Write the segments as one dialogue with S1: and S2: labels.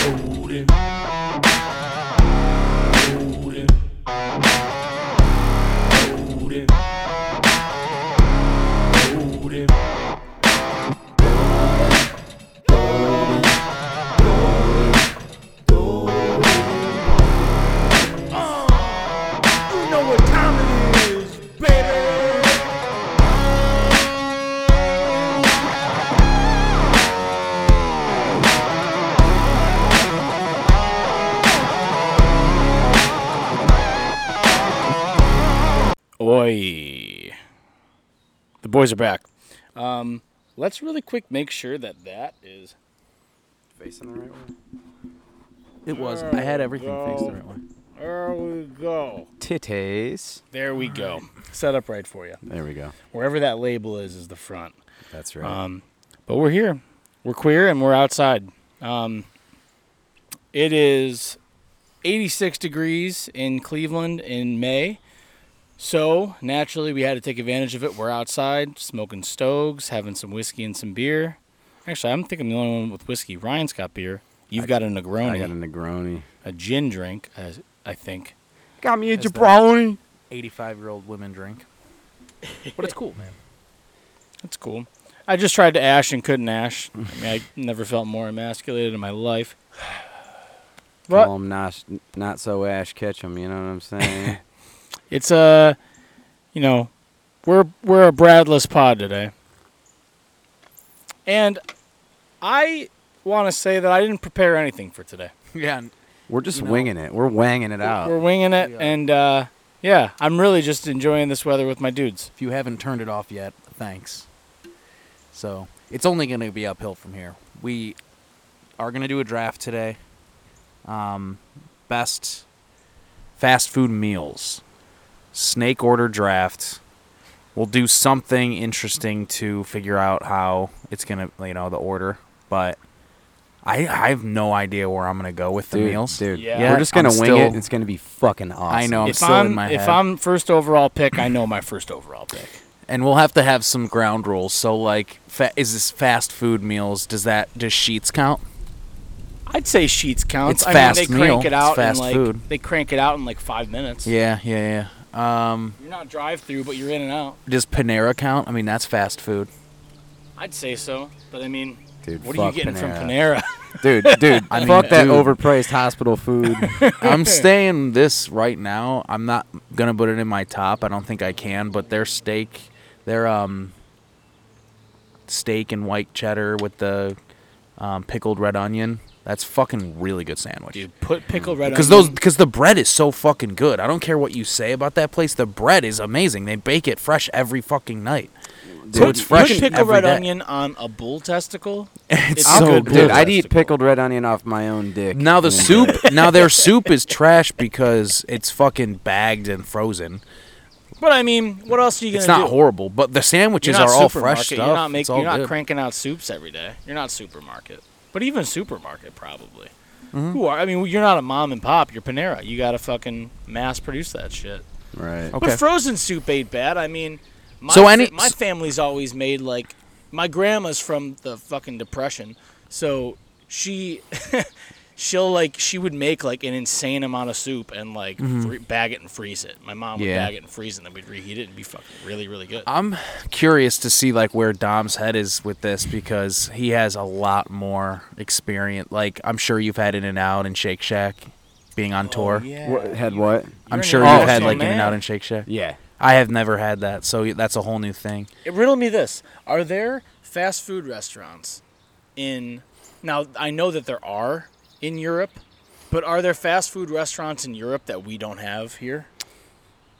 S1: Boden. Boden. Boden. Boden. You know what time it is, baby.
S2: Oi. The boys are back. Um, let's really quick make sure that that is.
S3: Facing the right way.
S4: It was. I had everything faced the right way.
S2: There we go.
S3: Titties.
S2: There we go. Set up right for you.
S4: There we go.
S2: Wherever that label is, is the front.
S4: That's right.
S2: Um, but we're here. We're queer and we're outside. Um, it is 86 degrees in Cleveland in May. So naturally, we had to take advantage of it. We're outside, smoking stoves, having some whiskey and some beer. Actually, I'm thinking I'm the only one with whiskey. Ryan's got beer. You've got a Negroni,
S4: I got a Negroni.
S2: a gin drink, as I think.
S4: Got me a
S3: That's
S4: jabroni.
S3: 85 year old women drink. But it's cool, man.
S2: That's cool. I just tried to ash and couldn't ash. I mean, I never felt more emasculated in my life. But
S4: Call him not, not so Ash Ketchum. You know what I'm saying?
S2: It's a, you know, we're we're a Bradless pod today, and I want to say that I didn't prepare anything for today.
S3: Yeah. and
S4: We're just
S3: You know-
S4: winging it. We're wanging it out.
S2: We're winging it,
S3: Yeah.
S2: and uh, yeah, I'm really just enjoying this weather with my dudes.
S3: If you haven't turned it off yet, thanks. So it's only going to be uphill from here. We are going to do a draft today. Um, best fast food meals, snake order draft. We'll do something interesting to figure out how it's going to, you know, the order. But I, I have no idea where I'm going to go with the
S4: dude,
S3: meals.
S4: dude.
S2: Yeah.
S4: We're just gonna
S3: I'm
S4: wing
S3: still-
S4: it. and It's gonna be fucking awesome.
S3: I know. I'm
S2: if
S3: still
S2: I'm
S3: in my
S2: if
S3: head.
S2: I'm first overall pick, I know my first overall pick.
S3: and we'll have to have some ground rules. So like, fa- is this fast food meals? Does that does sheets count?
S2: I'd say sheets counts.
S3: It's
S2: I
S3: fast
S2: mean, they crank
S3: meal.
S2: it
S3: It's
S2: out
S3: fast
S2: in like
S3: food.
S2: they crank it out in like five minutes.
S3: Yeah, yeah, yeah. Um,
S2: You're not drive through, but you're in and out.
S3: does Panera count? I mean, that's fast food.
S2: I'd say so, but I mean,
S4: Dude,
S2: what are you
S4: fuck
S2: getting from
S4: Panera.
S2: Panera?
S4: Dude, dude,
S3: I mean,
S4: fuck that
S3: dude.
S4: overpriced hospital food.
S3: I'm staying this right now. I'm not gonna put it in my top. I don't think I can. But their steak, their um, steak and white cheddar with the um, pickled red onion. That's fucking really good sandwich.
S2: Dude, put pickled red
S3: Because those, because the bread is so fucking good. I don't care what you say about that place. The bread is amazing. They bake it fresh every fucking night. so
S2: put,
S3: it's fresh
S2: put pickled
S3: every
S2: red
S3: day.
S2: onion on a bull testicle.
S3: It's
S2: I'll-
S3: so
S2: Dude,
S3: good.
S4: dude, I'd eat
S2: Testicle.
S4: pickled red onion off my own dick.
S3: Now the
S4: Any day.
S3: soup, now their soup is trash because it's fucking bagged and frozen.
S2: But I mean, what else are you gonna
S3: It's not
S2: do?
S3: horrible, but the sandwiches
S2: You're not
S3: are all
S2: supermarket.
S3: fresh stuff.
S2: You're not
S3: It's
S2: making.
S3: all
S2: You're not
S3: good.
S2: cranking out soups every day. You're not supermarket. But even supermarket probably.
S3: Mm-hmm.
S2: Who are? I mean, you're not a mom and pop. You're Panera. You gotta fucking mass produce that shit.
S4: Right.
S3: Okay.
S2: But frozen soup ain't bad. I mean, my
S3: So any-
S2: fa- my family's always made like my grandma's from the fucking depression, so she she'll like she would make like an insane amount of soup and like free- bag it and freeze it. My mom would
S3: Mm-hmm. Yeah.
S2: bag it and freeze it, and then we'd reheat it and be fucking really really good.
S3: I'm curious to see like where Dom's head is with this because he has a lot more experience. Like I'm sure you've had In and Out and Shake Shack, being on tour.
S4: What, had what?
S3: I'm
S2: Oh, You're
S3: sure
S2: an
S3: you've had
S2: emotional
S3: like In
S2: man.
S3: and Out and Shake Shack.
S4: Yeah.
S3: I have never had that, so that's a whole new thing.
S2: Riddle me this: Are there fast food restaurants in? Now I know that there are in Europe, but are there fast food restaurants in Europe that we don't have here?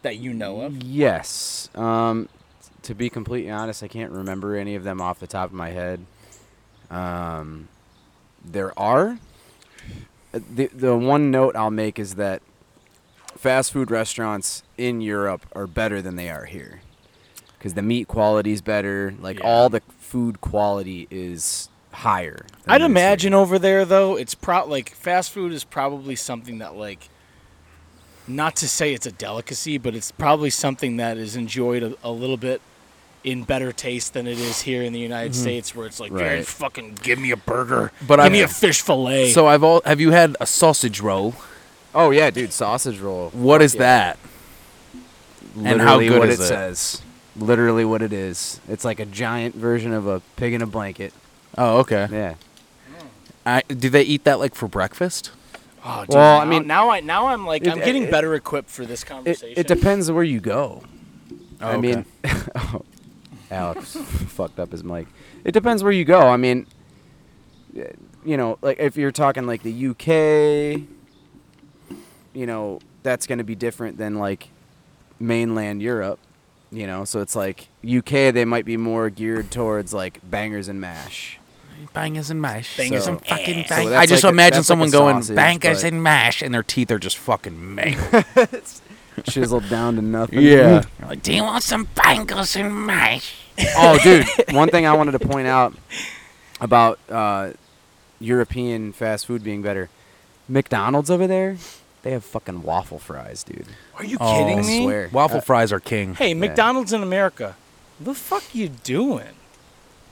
S2: That you know of?
S4: Yes. Um, to be completely honest, I can't remember any of them off the top of my head. Um, there are. The, the one note I'll make is that fast food restaurants in Europe are better than they are here. Because the meat quality is better. Like,
S2: Yeah.
S4: all the food quality is higher.
S2: I'd
S4: than it is here.
S2: imagine over there though, it's pro like fast food is probably something that like not to say it's a delicacy, but it's probably something that is enjoyed a, a little bit in better taste than it is here in the United States, where it's like, "Dude,
S4: Mm-hmm. Right.
S2: fucking give me a burger,
S3: But
S2: give
S3: I've-
S2: me a fish fillet.
S3: So I've all have you had a sausage roll?
S4: Oh yeah, dude, sausage roll.
S3: What is
S4: Yeah.
S3: that?
S4: Literally
S3: and how good
S4: what
S3: is
S4: it
S3: it?
S4: says. Literally what it is. It's like a giant version of a pig in a blanket.
S3: Oh, okay.
S4: Yeah.
S3: I, do they eat that like for breakfast?
S2: oh, dude,
S4: Well,
S2: now,
S4: I mean-
S2: now I now I'm like,
S4: It-
S2: I'm getting
S4: it-
S2: better equipped for this
S4: It,
S2: conversation.
S4: it depends where you go.
S3: Oh,
S4: I mean, Alex fucked up his mic. It depends where you go. I mean, y- you know, like if you're talking like the UK, you know, that's going to be different than like mainland Europe, you know. So it's like UK, they might be more geared towards like bangers and mash.
S3: bangers and mash.
S2: Bangers
S4: and
S3: fucking
S4: So that's
S3: I just
S4: like a-
S3: imagine
S4: that's like
S3: someone
S4: a
S3: going
S4: sausage,
S3: bangers
S4: but-
S3: and mash, and their teeth are just fucking mangled.
S4: Chiseled down to nothing.
S3: You're like, do you want some bangers and mash?
S4: oh, dude. One thing I wanted to point out about uh, European fast food being better McDonald's over there, they have fucking waffle fries, dude.
S2: Are you
S3: Oh,
S2: kidding
S4: I
S2: me?
S4: swear.
S3: Waffle
S4: Uh,
S3: fries are king.
S2: Hey, McDonald's in America, the fuck you doing?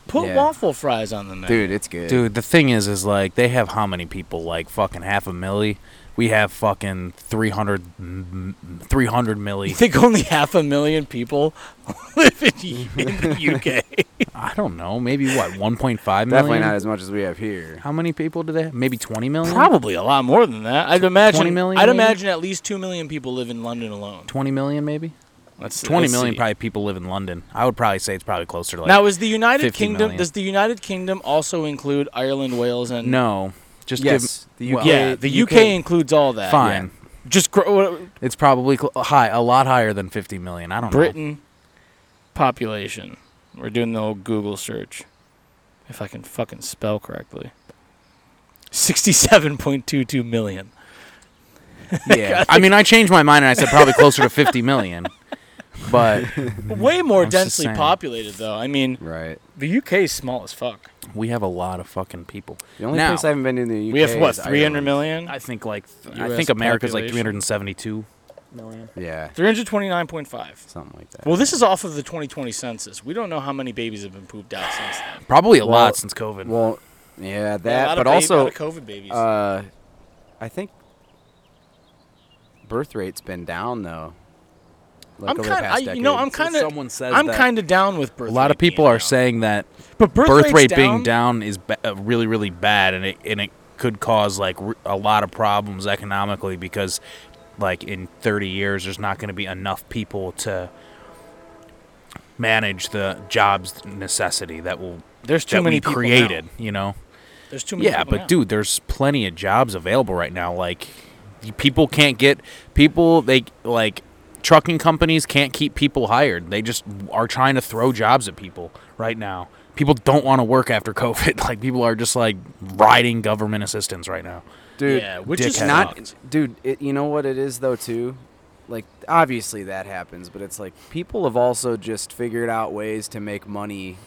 S2: Put
S4: Yeah.
S2: waffle fries on the menu.
S4: Dude, it's good.
S3: Dude, the thing is, is like they have how many people? Like fucking half a milli. We have fucking 300, m- m- 300
S2: You
S3: milli.
S2: think only half a million people live in, in the UK?
S3: I don't know. Maybe what? 1.5 million?
S4: Definitely not as much as we have here.
S3: How many people do they have? Maybe 20 million?
S2: Probably a lot more than that. I'd imagine.
S3: million,
S2: I'd
S3: maybe?
S2: imagine at least two million people live in London alone.
S3: 20 million, maybe?
S2: Let's,
S3: Twenty
S2: let's
S3: million
S2: see.
S3: probably people live in London. I would probably say it's probably closer to like
S2: now, is the United
S3: 50
S2: Kingdom?
S3: million.
S2: Does the United Kingdom also include Ireland, Wales, and
S3: no, just
S4: Yes,
S3: give
S4: the UK
S2: Yeah, the UK,
S4: UK.
S2: includes all that.
S3: fine.
S2: Yeah. Just gro- what-
S3: It's probably cl- high, a lot higher than 50 million. I don't know.
S2: Britain population. We're doing the old Google search. If I can fucking spell correctly. Sixty-seven point two two million.
S3: Yeah, I mean, I changed my mind and I said probably closer to 50 million, but
S2: Way more
S3: I'm just
S2: densely
S3: saying.
S2: populated, though. I mean,
S4: Right.
S2: the UK is small as fuck.
S3: we have a lot of fucking people.
S4: The only
S3: Now-
S4: place I haven't been to in the UK
S2: We have what
S4: is
S2: three hundred
S4: Ireland.
S2: million?
S3: I think like th-
S2: US
S3: I think America's like
S2: population.
S3: 372 million.
S4: Yeah,
S2: Three hundred twenty-nine point five.
S4: something like that.
S2: Well, this is off of the 2020 census. We don't know how many babies have been pooped out since then.
S3: Probably a
S4: Well-
S3: lot since COVID.
S4: well,
S2: a
S4: yeah,
S2: lot
S4: that.
S2: of
S4: But
S2: ba- a
S4: also,
S2: lot of COVID babies.
S4: uh, I think birth rate's been down though. Like
S2: I'm
S4: over
S2: kind
S4: the past
S2: of, you
S4: decade.
S2: know, I'm kind of,
S3: someone says
S2: I'm
S3: that-
S2: kind of down with birth.
S3: a lot of
S2: rate being
S3: people are
S2: down.
S3: saying that
S2: but birth,
S3: birth
S2: rate's
S3: rate
S2: down,
S3: being down is ba- uh, really really bad and it and it could cause like r- a lot of problems economically because like in 30 years there's not going to be enough people to manage the jobs necessity that will
S2: There's too
S3: that
S2: many
S3: we
S2: people
S3: created
S2: now.
S3: you know
S2: There's too many.
S3: yeah
S2: people
S3: but
S2: now.
S3: dude there's plenty of jobs available right now like y- people can't get people they like trucking companies can't keep people hired they just are trying to throw jobs at people right now people don't want to work after covid like people are just like riding government assistance right now
S4: dude.
S2: yeah, Uh, which
S3: dickhead.
S2: is
S4: not,
S2: fucked.
S4: dude. It, you know what it is though too. Like obviously that happens, but it's like people have also just figured out ways to make money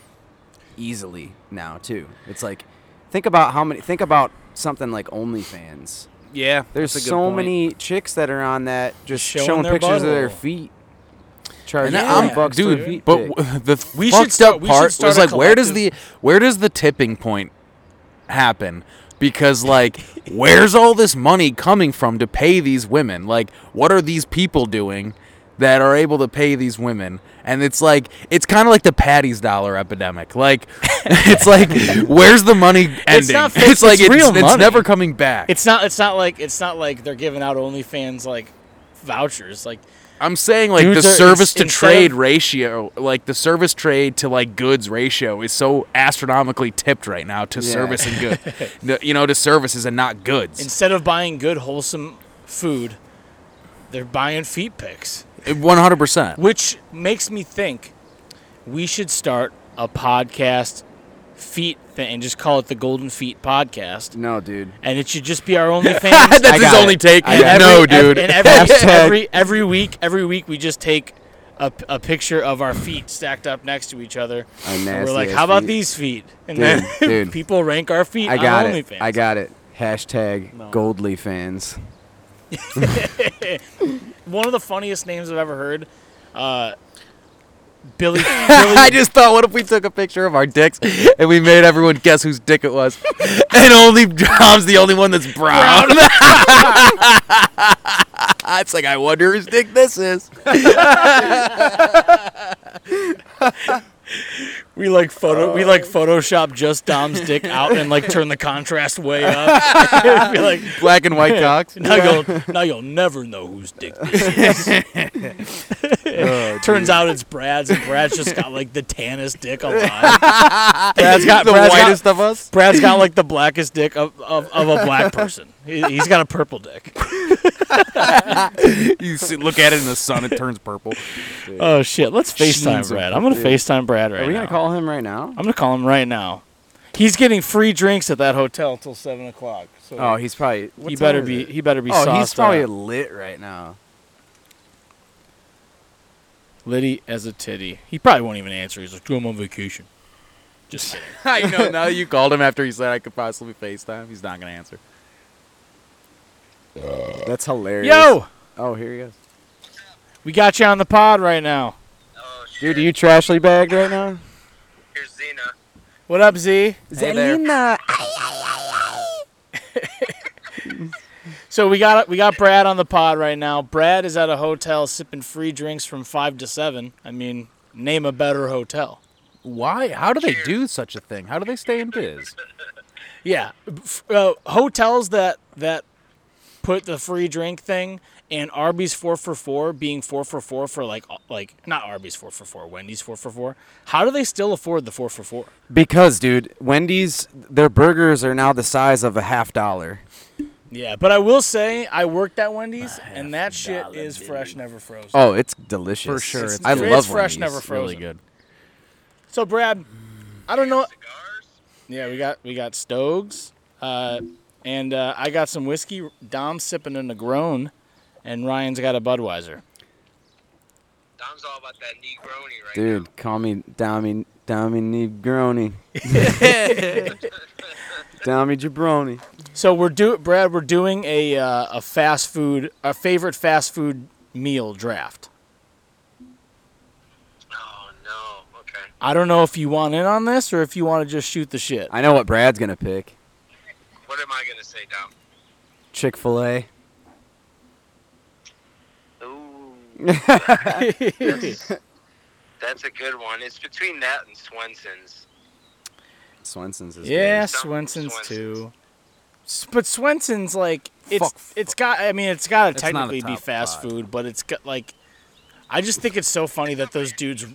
S4: easily now too. It's like think about how many. Think about something like OnlyFans.
S3: yeah
S4: There's so many chicks that are on that just
S2: Showing
S4: showing,
S2: their
S4: pictures of their
S2: butthole.
S4: feet.
S3: and
S4: Charging
S2: Yeah.
S4: forty
S3: I'm,
S4: bucks for a
S3: dude,
S4: feet
S3: but
S4: pic.
S3: w- the
S2: We should
S3: fucked
S2: start-
S3: up
S2: we should
S3: part
S2: start
S3: was
S2: a
S3: like, where does the
S2: collective-
S3: where does the tipping point happen? Because like, where's all this money coming from to pay these women? Like, what are these people doing that are able to pay these women? And it's like, it's kind of like the Patty's dollar epidemic. Like, it's like, where's the money ending?
S2: not fake,
S3: like
S2: it's real money.
S3: it's never coming back.
S2: It's not. It's not like. It's not like they're giving out OnlyFans like vouchers. Like
S3: I'm saying like
S2: Dudes
S3: the
S2: are- ins-
S3: service to
S2: instead
S3: trade
S2: of-
S3: ratio, like the service trade to like goods ratio is so astronomically tipped right now to
S4: Yeah.
S3: service and good, No, you know, to services and not goods.
S2: instead of buying good wholesome food, they're buying feet pics.
S3: One hundred percent.
S2: Which makes me think we should start a podcast feet thing and just call it the Golden Feet Podcast.
S4: no, dude.
S2: And it should just be our OnlyFans.
S4: I
S3: That's his
S4: got
S3: only
S4: it.
S3: take.
S4: I got it.
S3: No,
S2: every-
S3: dude.
S2: And every,
S4: Hashtag-
S2: every every week, every week we just take a, p- a picture of our feet stacked up next to each other.
S4: A
S2: And
S4: nasty
S2: we're like,
S4: ass
S2: how about
S4: feet."
S2: these feet? And
S4: Dude,
S2: then
S4: dude.
S2: people rank our feet
S4: I got
S2: on
S4: it.
S2: OnlyFans.
S4: I got it. Hashtag Goldly fans.
S2: one of the funniest names I've ever heard. Uh, Billy.
S4: I just thought, what if we took a picture of our dicks and we made everyone guess whose dick it was? and only Dom's the only one that's brown. it's like, I wonder whose dick this is.
S2: we like photo. we
S4: Uh.
S2: like Photoshop just Dom's dick out and like turn the contrast way up. It'd be like
S4: Black and white cocks.
S2: now you'll now you'll never know whose dick this
S4: Oh,
S2: is. Turns out it's Brad's, and Brad's just got like the tannest dick alive. Brad's got
S4: the
S2: Brad's got-
S4: whitest of us.
S2: Brad's got like the blackest dick of, of, of a black person. He, he's got a purple dick.
S3: you sit, look at it in the sun, it turns purple.
S2: Oh shit! Let's FaceTime
S4: Jeez,
S2: Brad. I'm gonna
S4: dude.
S2: FaceTime Brad right
S4: Are we
S2: now.
S4: going to call him right now?
S2: I'm gonna call him right now. He's getting free drinks at that hotel till seven o'clock. So
S4: Oh, he's probably. what
S2: he
S4: time
S2: better
S4: is
S2: be
S4: it?
S2: he better be uh,
S4: oh, he's
S2: sauced
S4: probably
S2: up.
S4: lit right now.
S2: Liddy as a titty. He probably won't even answer. He's like, I'm on vacation. Just kidding.
S4: I know. Now you called him after he said I could possibly FaceTime. He's not going to answer. That's hilarious.
S2: yo,
S4: Oh, here he goes.
S2: we got you on the pod right now.
S5: Oh, shit.
S4: Dude, are you trashly bagged right now?
S5: Here's Xena.
S2: What up, Z?
S4: Zelina.
S2: So we got we got Brad on the pod right now. Brad is at a hotel sipping free drinks from five to seven. I mean, name a better hotel.
S3: Why? How do they do such a thing? How do they stay in biz?
S2: Yeah, f- uh, hotels that that put the free drink thing and Arby's four for four being four for four for like uh, like not Arby's four for four, Wendy's four for four. How do they still afford the four for four?
S4: Because, dude, Wendy's their burgers are now the size of a half dollar.
S2: Yeah, but I will say I worked at Wendy's and that shit is fresh, never frozen.
S4: Oh, it's delicious
S3: For sure, it's
S4: I
S2: good.
S4: love
S2: It's fresh,
S4: Wendy's.
S2: never
S3: It's really
S2: frozen.
S3: good.
S2: So Brad, I don't know.
S5: Cigars?
S2: Yeah, we got we got Stogs, uh, and uh, I got some whiskey. Dom's sipping a Negroni, and Ryan's got a Budweiser.
S5: Dom's all about that Negroni right now.
S4: Dude, call me Dommy Dommy Negroni. Dommy Jabroni.
S2: So we're do Brad. We're doing a uh, a fast food a favorite fast food meal draft.
S5: Oh, no. Okay.
S2: I don't know if you want in on this or if you want to just shoot the shit.
S4: I know what Brad's gonna pick.
S5: What am I going to say, Dom?
S4: Chick Fil A.
S5: Ooh, that's a good one. It's between that and Swenson's.
S4: Swenson's is.
S2: yeah,
S4: good.
S2: Swenson's
S5: Swenson's.
S2: too. S- But Swenson's like it's
S3: Fuck.
S2: it's got. I mean, it's got to
S3: It's not a
S2: technically be
S3: top
S2: fast
S3: five.
S2: food, but it's got like. I just think it's so funny that those dudes.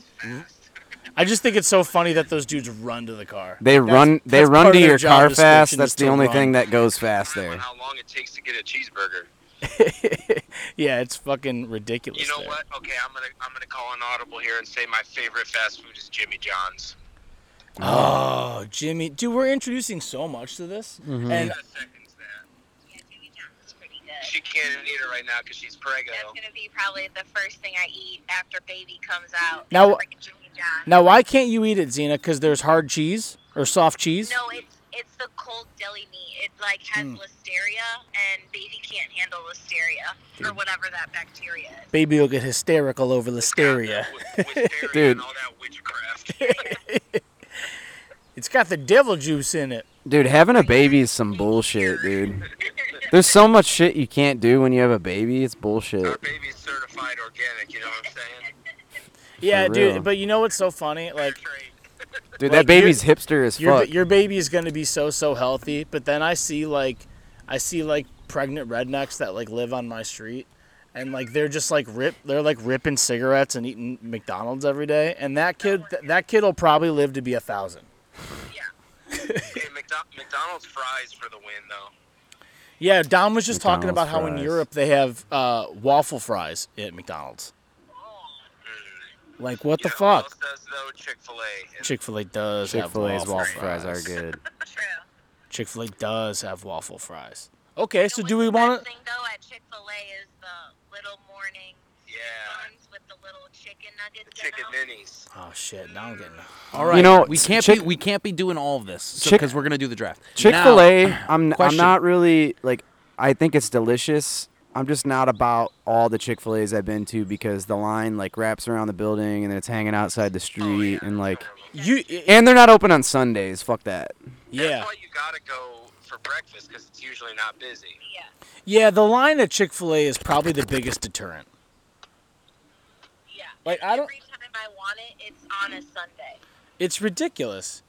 S2: I just think it's so funny that those dudes run to the car.
S4: They
S2: That's-
S4: run. They
S2: that's
S4: run
S2: part
S4: to
S2: of their
S4: your
S2: job
S4: car fast.
S2: description is
S4: That's the
S2: to
S4: only
S2: run.
S4: thing that goes fast
S5: Time on
S4: there.
S5: how long it takes to get a cheeseburger.
S2: Yeah, it's fucking ridiculous.
S5: You know
S2: there.
S5: what? Okay, I'm gonna I'm gonna call an audible here and say my favorite fast food is Jimmy John's.
S2: Oh, Jimmy, dude, we're introducing so much to this, and
S5: That seconds that.
S6: Yeah, Jimmy John's is pretty good.
S5: She can't eat it right now because she's preggo.
S6: That's gonna be probably the first thing I eat after baby comes out. is
S2: Now-
S6: freaking Jimmy John's.
S2: Now, why can't you eat it, Xena? Because there's hard cheese or soft cheese.
S6: No, it's it's the cold deli meat. It like has
S2: Hmm.
S6: listeria, and baby can't handle listeria or whatever that bacteria is.
S2: Baby will get hysterical over listeria.
S5: With- with hysteria
S4: Dude.
S5: and all that witchcraft.
S2: It's got the devil juice in it.
S4: Dude, having a baby is some bullshit, dude. There's so much shit you can't do when you have a baby. It's
S5: Our
S4: bullshit.
S5: baby's certified organic. You know what I'm saying?
S2: Yeah,
S4: real.
S2: dude. But you know what's so funny? Like
S5: Great.
S4: Dude,
S2: Like,
S4: that baby's hipster as
S2: your
S4: fuck.
S2: your baby is gonna be so so healthy, but then I see like I see like pregnant rednecks that like live on my street, and like they're just like rip they're like ripping cigarettes and eating McDonald's every day, and that kid th- that kid will probably live to be a thousand.
S5: Hey, McDo- McDonald's fries for the win, though.
S2: Yeah, Dom was just talking about
S4: McDonald's
S2: how in
S4: fries.
S2: Europe they have uh, waffle fries at McDonald's.
S5: Oh,
S2: Like what the
S5: You know who else
S2: fuck?
S5: does though Chick Fil A.
S2: Chick Fil A does
S4: Chick
S2: have
S4: Fil A's
S2: waffle,
S4: waffle
S2: fries.
S4: fries are good.
S6: True.
S2: Chick Fil A does have waffle fries. Okay, so
S6: What's
S2: do we
S6: the
S2: want
S6: best
S2: to?
S6: Thing though at Chick Fil A is the little morning
S5: Yeah.
S6: buns with the little chicken nuggets.
S5: The Uh, chicken
S6: in them.
S5: minis.
S2: Oh shit! Now I'm getting.
S3: All right,
S4: know,
S3: we can't
S4: Chick-
S3: be we can't be doing all of this
S4: Chick-
S3: because we're gonna do the draft.
S4: Chick Fil
S3: Now-
S4: A. I'm I'm
S3: Question.
S4: not really like. I think it's delicious. I'm just not about all the Chick Fil A's I've been to because the line like wraps around the building and then it's hanging outside the street and like,
S2: You,
S4: and they're not open on Sundays. Fuck that.
S2: yeah,
S5: That's why you gotta go for breakfast because it's usually not busy.
S6: Yeah.
S2: yeah. The line at Chick Fil A is probably the biggest deterrent.
S6: Yeah.
S2: Like, I don't-
S6: Every time I want it, it's on a Sunday.
S2: It's ridiculous.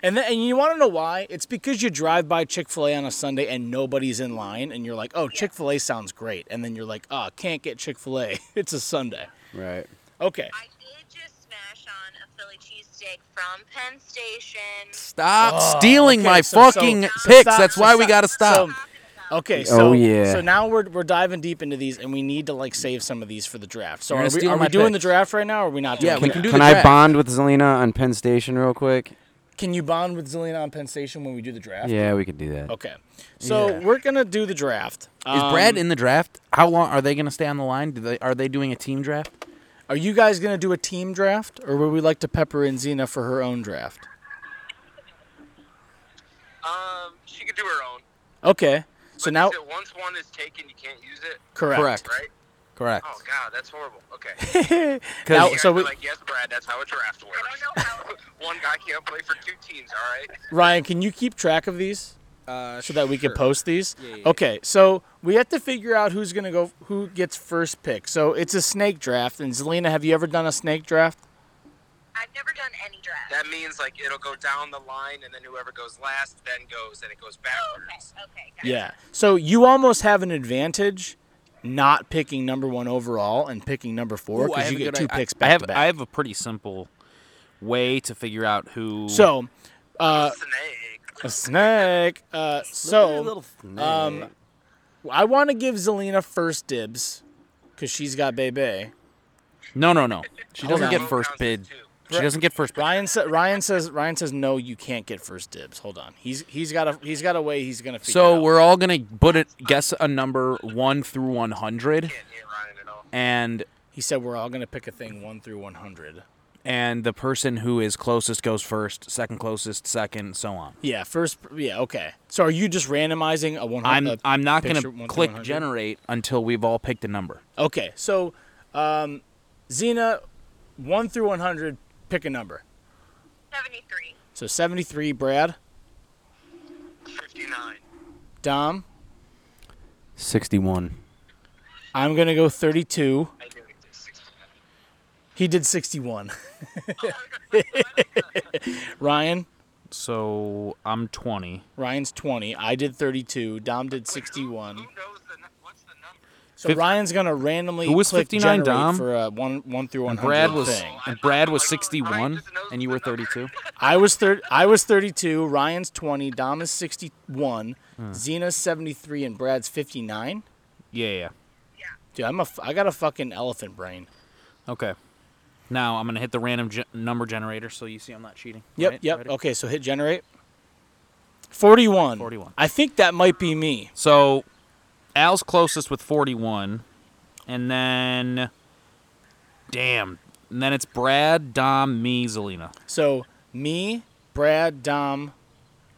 S2: And then, and you want to know why? It's because you drive by Chick Fil A on a Sunday and nobody's in line, and you're like, "Oh, Chick Fil A sounds great," and then you're like, "Ah, can't get Chick Fil A. it's a Sunday."
S4: Right.
S2: Okay.
S6: I did just smash on a Philly cheesesteak from Penn Station.
S3: Stop
S2: Oh,
S3: stealing
S2: okay,
S3: my
S2: so- so-
S3: fucking
S2: so
S3: picks.
S2: stop,
S3: That's
S2: so
S3: why we
S2: stop,
S3: got to stop.
S2: so- Okay. So
S4: Oh, yeah.
S2: So now we're we're diving deep into these, and we need to like save some of these for the draft. So
S3: You're
S2: are
S3: gonna
S2: we,
S3: steal
S2: are we
S3: my
S2: doing the
S3: picks.
S2: draft right now? Or are we not?
S3: Yeah,
S2: doing
S3: we
S2: the
S3: can
S2: draft?
S3: do
S4: Can
S3: the
S4: I
S3: draft.
S4: bond with Zelina on Penn Station real quick?
S2: Can you bond with Zelina on Penn Station when we do the draft?
S4: Yeah, we could do that.
S2: Okay. So
S3: Yeah.
S2: we're gonna do the draft.
S3: Is
S2: Um,
S3: Brad in the draft? How long are they going to stay on the line? Do they are they doing a team draft?
S2: Are you guys gonna do a team draft, or would we like to pepper in Zena for her own draft?
S5: Um, she could do her own.
S2: Okay. So
S5: But
S2: now,
S5: is it once one is taken, you can't use it,
S2: correct.
S3: Correct.
S5: right?
S3: Correct.
S5: Oh God, that's horrible.
S2: Now,
S5: Okay. You guys
S2: Oh, so
S5: are
S2: we,
S5: like, yes, Brad, that's how a draft works.
S6: I don't know how it
S5: One guy can't play for two teams. All right.
S2: Ryan, can you keep track of these
S3: Uh,
S2: so that we can post these?
S3: Yeah, yeah,
S2: Okay. So we have to figure out who's gonna go, who gets first pick. So it's a snake draft. And Zelina, have you ever done a snake draft?
S6: I've never done any draft.
S5: That means like it'll go down the line, and then whoever goes last then goes, and it goes
S6: Oh, okay.
S5: backwards.
S6: Okay. Gotcha.
S2: Yeah. So you almost have an advantage not picking number one overall and picking number four
S3: Ooh, I
S2: because
S3: have
S2: you
S3: a
S2: get
S3: good
S2: two
S3: idea. I-
S2: picks
S7: I
S2: back
S7: have
S2: to back.
S7: I have a pretty simple way to figure out who.
S2: so uh,
S5: Snake.
S2: a snake. Uh, so um, I want to give Zelina first dibs because she's got Bebe.
S3: no, no, no. She
S2: Hold
S3: doesn't
S2: on.
S3: get
S5: Vote
S3: first
S5: counts as
S3: bid.
S5: two.
S3: She doesn't get first bid.
S2: Ryan sa- Ryan says Ryan says no, you can't get first dibs. Hold on, he's he's got a he's got a way he's gonna. Figure it
S3: So
S2: out.
S3: we're all gonna put it guess a number one through one hundred,
S5: Can't hit Ryan at all.
S3: and
S2: he said we're all gonna pick a thing one through one hundred.
S3: and the person who is closest goes first, second closest, second, so on.
S2: Yeah, first. Yeah, okay. So are you just randomizing a one
S3: I'm
S2: hundred?
S3: I'm not gonna
S2: picture one through
S3: click
S2: 100?
S3: generate until we've all picked a number.
S2: Okay, so um, Xena, one through one hundred, pick a number.
S6: Seventy-three.
S2: So seventy three, Brad,
S5: Fifty-nine.
S2: Dom.
S4: 61.
S2: I'm gonna go thirty two.
S5: I knew it. Sixty-nine.
S2: He did sixty one. Ryan.
S7: So I'm 20.
S2: Ryan's 20. I did 32. Dom did 61.
S5: Who knows the nu- what's the number?
S2: So
S7: Fif-
S2: Ryan's gonna randomly
S7: Who was
S2: click
S7: 59,
S2: generate
S7: Dom?
S2: for a one one through one
S7: And
S2: hundred
S7: Brad was
S2: thing.
S7: and Brad was 61, and you were 32.
S2: I was thir- I was thirty two. Ryan's twenty. Dom is sixty one.
S7: Hmm.
S2: Zena's seventy three, and Brad's fifty nine.
S7: Yeah, yeah.
S2: Dude, I'm a f- I got a fucking elephant brain.
S7: Okay. Now I'm gonna hit the random ge- number generator, so you see I'm not cheating.
S2: Yep,
S7: right?
S2: yep.
S7: Ready?
S2: Okay, so hit generate. Forty one.
S7: 41.
S2: I think that might be me.
S7: So Al's closest with 41, and then damn, and then it's Brad, Dom, me, Zelina,
S2: So me, Brad, Dom,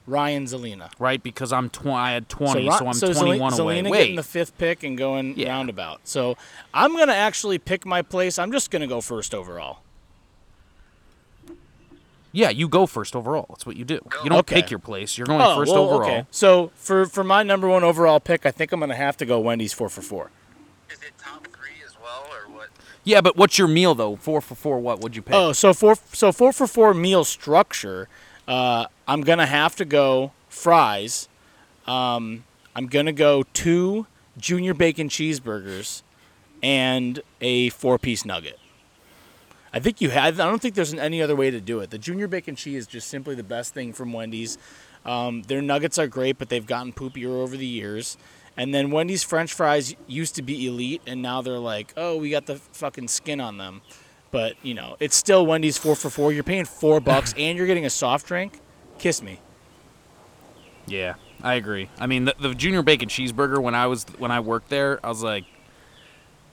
S2: Ryan, Zelina.
S7: right? Because I'm 20. I had 20, so,
S2: Ron-
S7: I'm
S2: Zeli-
S7: 21 away.
S2: Zelina
S7: Wait,
S2: getting the fifth pick and going
S7: Yeah.
S2: roundabout. So I'm gonna actually pick my place. I'm just gonna go first overall.
S7: yeah, you go first overall. That's what you do. You don't
S2: Okay.
S7: pick your place. You're going first
S2: Oh, well,
S7: overall.
S2: So for for my number one overall pick, I think I'm gonna have to go Wendy's four for four.
S5: Is it top three as well, or what?
S3: Yeah, but what's your meal though? Four for four. What would you pick?
S2: Oh, so four so four for four meal structure. Uh, I'm gonna have to go fries. Um, I'm gonna go two junior bacon cheeseburgers and a four piece nugget. I think you had. I don't think there's any other way to do it. The junior bacon cheese is just simply the best thing from Wendy's. Um, their nuggets are great, but they've gotten poopier over the years. And then Wendy's French fries used to be elite, and now they're like, oh, we got the fucking skin on them. But you know, it's still Wendy's four for four. You're paying four bucks, and you're getting a soft drink. Kiss me.
S7: Yeah, I agree. I mean, the, the junior bacon cheeseburger when I was when I worked there, I was like,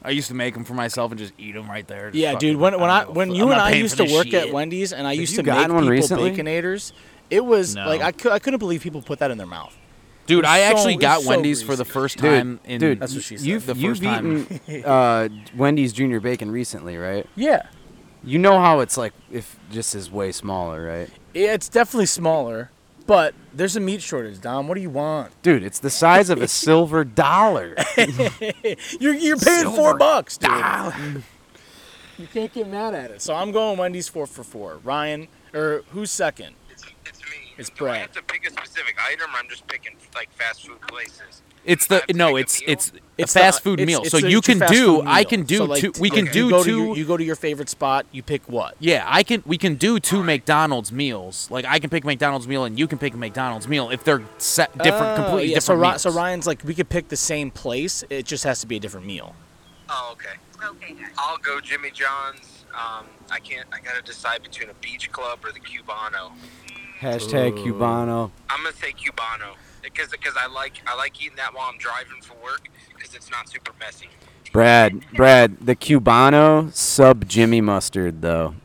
S3: I used to make them for myself and just eat them right there. Just
S2: Yeah,
S3: fucking-
S2: dude. When when
S3: don't
S2: I
S3: give a
S2: when
S3: fu-
S2: you
S3: I'm
S2: and
S3: not
S2: I
S3: paying
S2: used
S3: for
S2: to
S3: this
S2: work at
S3: shit.
S2: Wendy's, and I used
S4: you
S2: to make
S4: gotten one
S2: people
S4: recently?
S2: baconators. It was
S7: No.
S2: like I, cou- I couldn't believe people put that in their mouth.
S3: Dude, I
S2: It's so-
S3: actually
S2: it's
S3: got
S2: so
S3: Wendy's for
S2: greasy.
S3: the first
S4: Dude,
S3: time in
S4: dude,
S2: That's what she said.
S4: You've,
S3: the
S4: you've
S3: first time.
S4: eaten uh, Wendy's Junior Bacon recently, right?
S2: Yeah.
S4: You know how it's like if just is way smaller, right?
S2: Yeah, It's definitely smaller, but there's a meat shortage, Dom. What do you want?
S4: Dude, it's the size of a silver dollar.
S2: You're, you're paying four bucks, dude. You can't get mad at it. So I'm going Wendy's four for four. Ryan, or who's second?
S5: It's, it's me.
S2: It's
S5: Do I
S2: Brad.
S5: have to pick a specific item, or I'm just picking like fast food places.
S3: It's
S5: I
S3: the
S5: have to
S3: no,
S5: pick a
S3: it's
S5: meal?
S3: it's
S2: It's
S3: a
S2: the-
S3: fast food
S2: it's-
S3: meal.
S2: it's
S3: So
S2: a-
S3: you
S2: it's a
S3: can
S2: fast
S3: do,
S2: food
S3: I
S2: meal.
S3: can do
S2: So, like,
S3: two. We
S2: t-
S3: can
S2: like,
S3: do
S2: you go to
S3: two.
S2: your, you go to your favorite spot. You pick what?
S3: yeah, I can. We can do two McDonald's meals. Like I can pick a McDonald's meal and you can pick a McDonald's meal if they're set different,
S2: Oh,
S3: completely
S2: yeah,
S3: different.
S2: So, Ri-
S3: meals.
S2: so Ryan's like, we could pick the same place. It just has to be a different meal.
S5: Oh, okay.
S6: Okay, guys.
S5: I'll go Jimmy John's. Um, I can't. I gotta decide between a beach club or the Cubano.
S3: Oh.
S4: Hashtag Cubano.
S5: I'm gonna say Cubano because because I like I like eating that while I'm driving for work because it's not super messy.
S4: Brad, Brad, the Cubano sub Jimmy mustard though,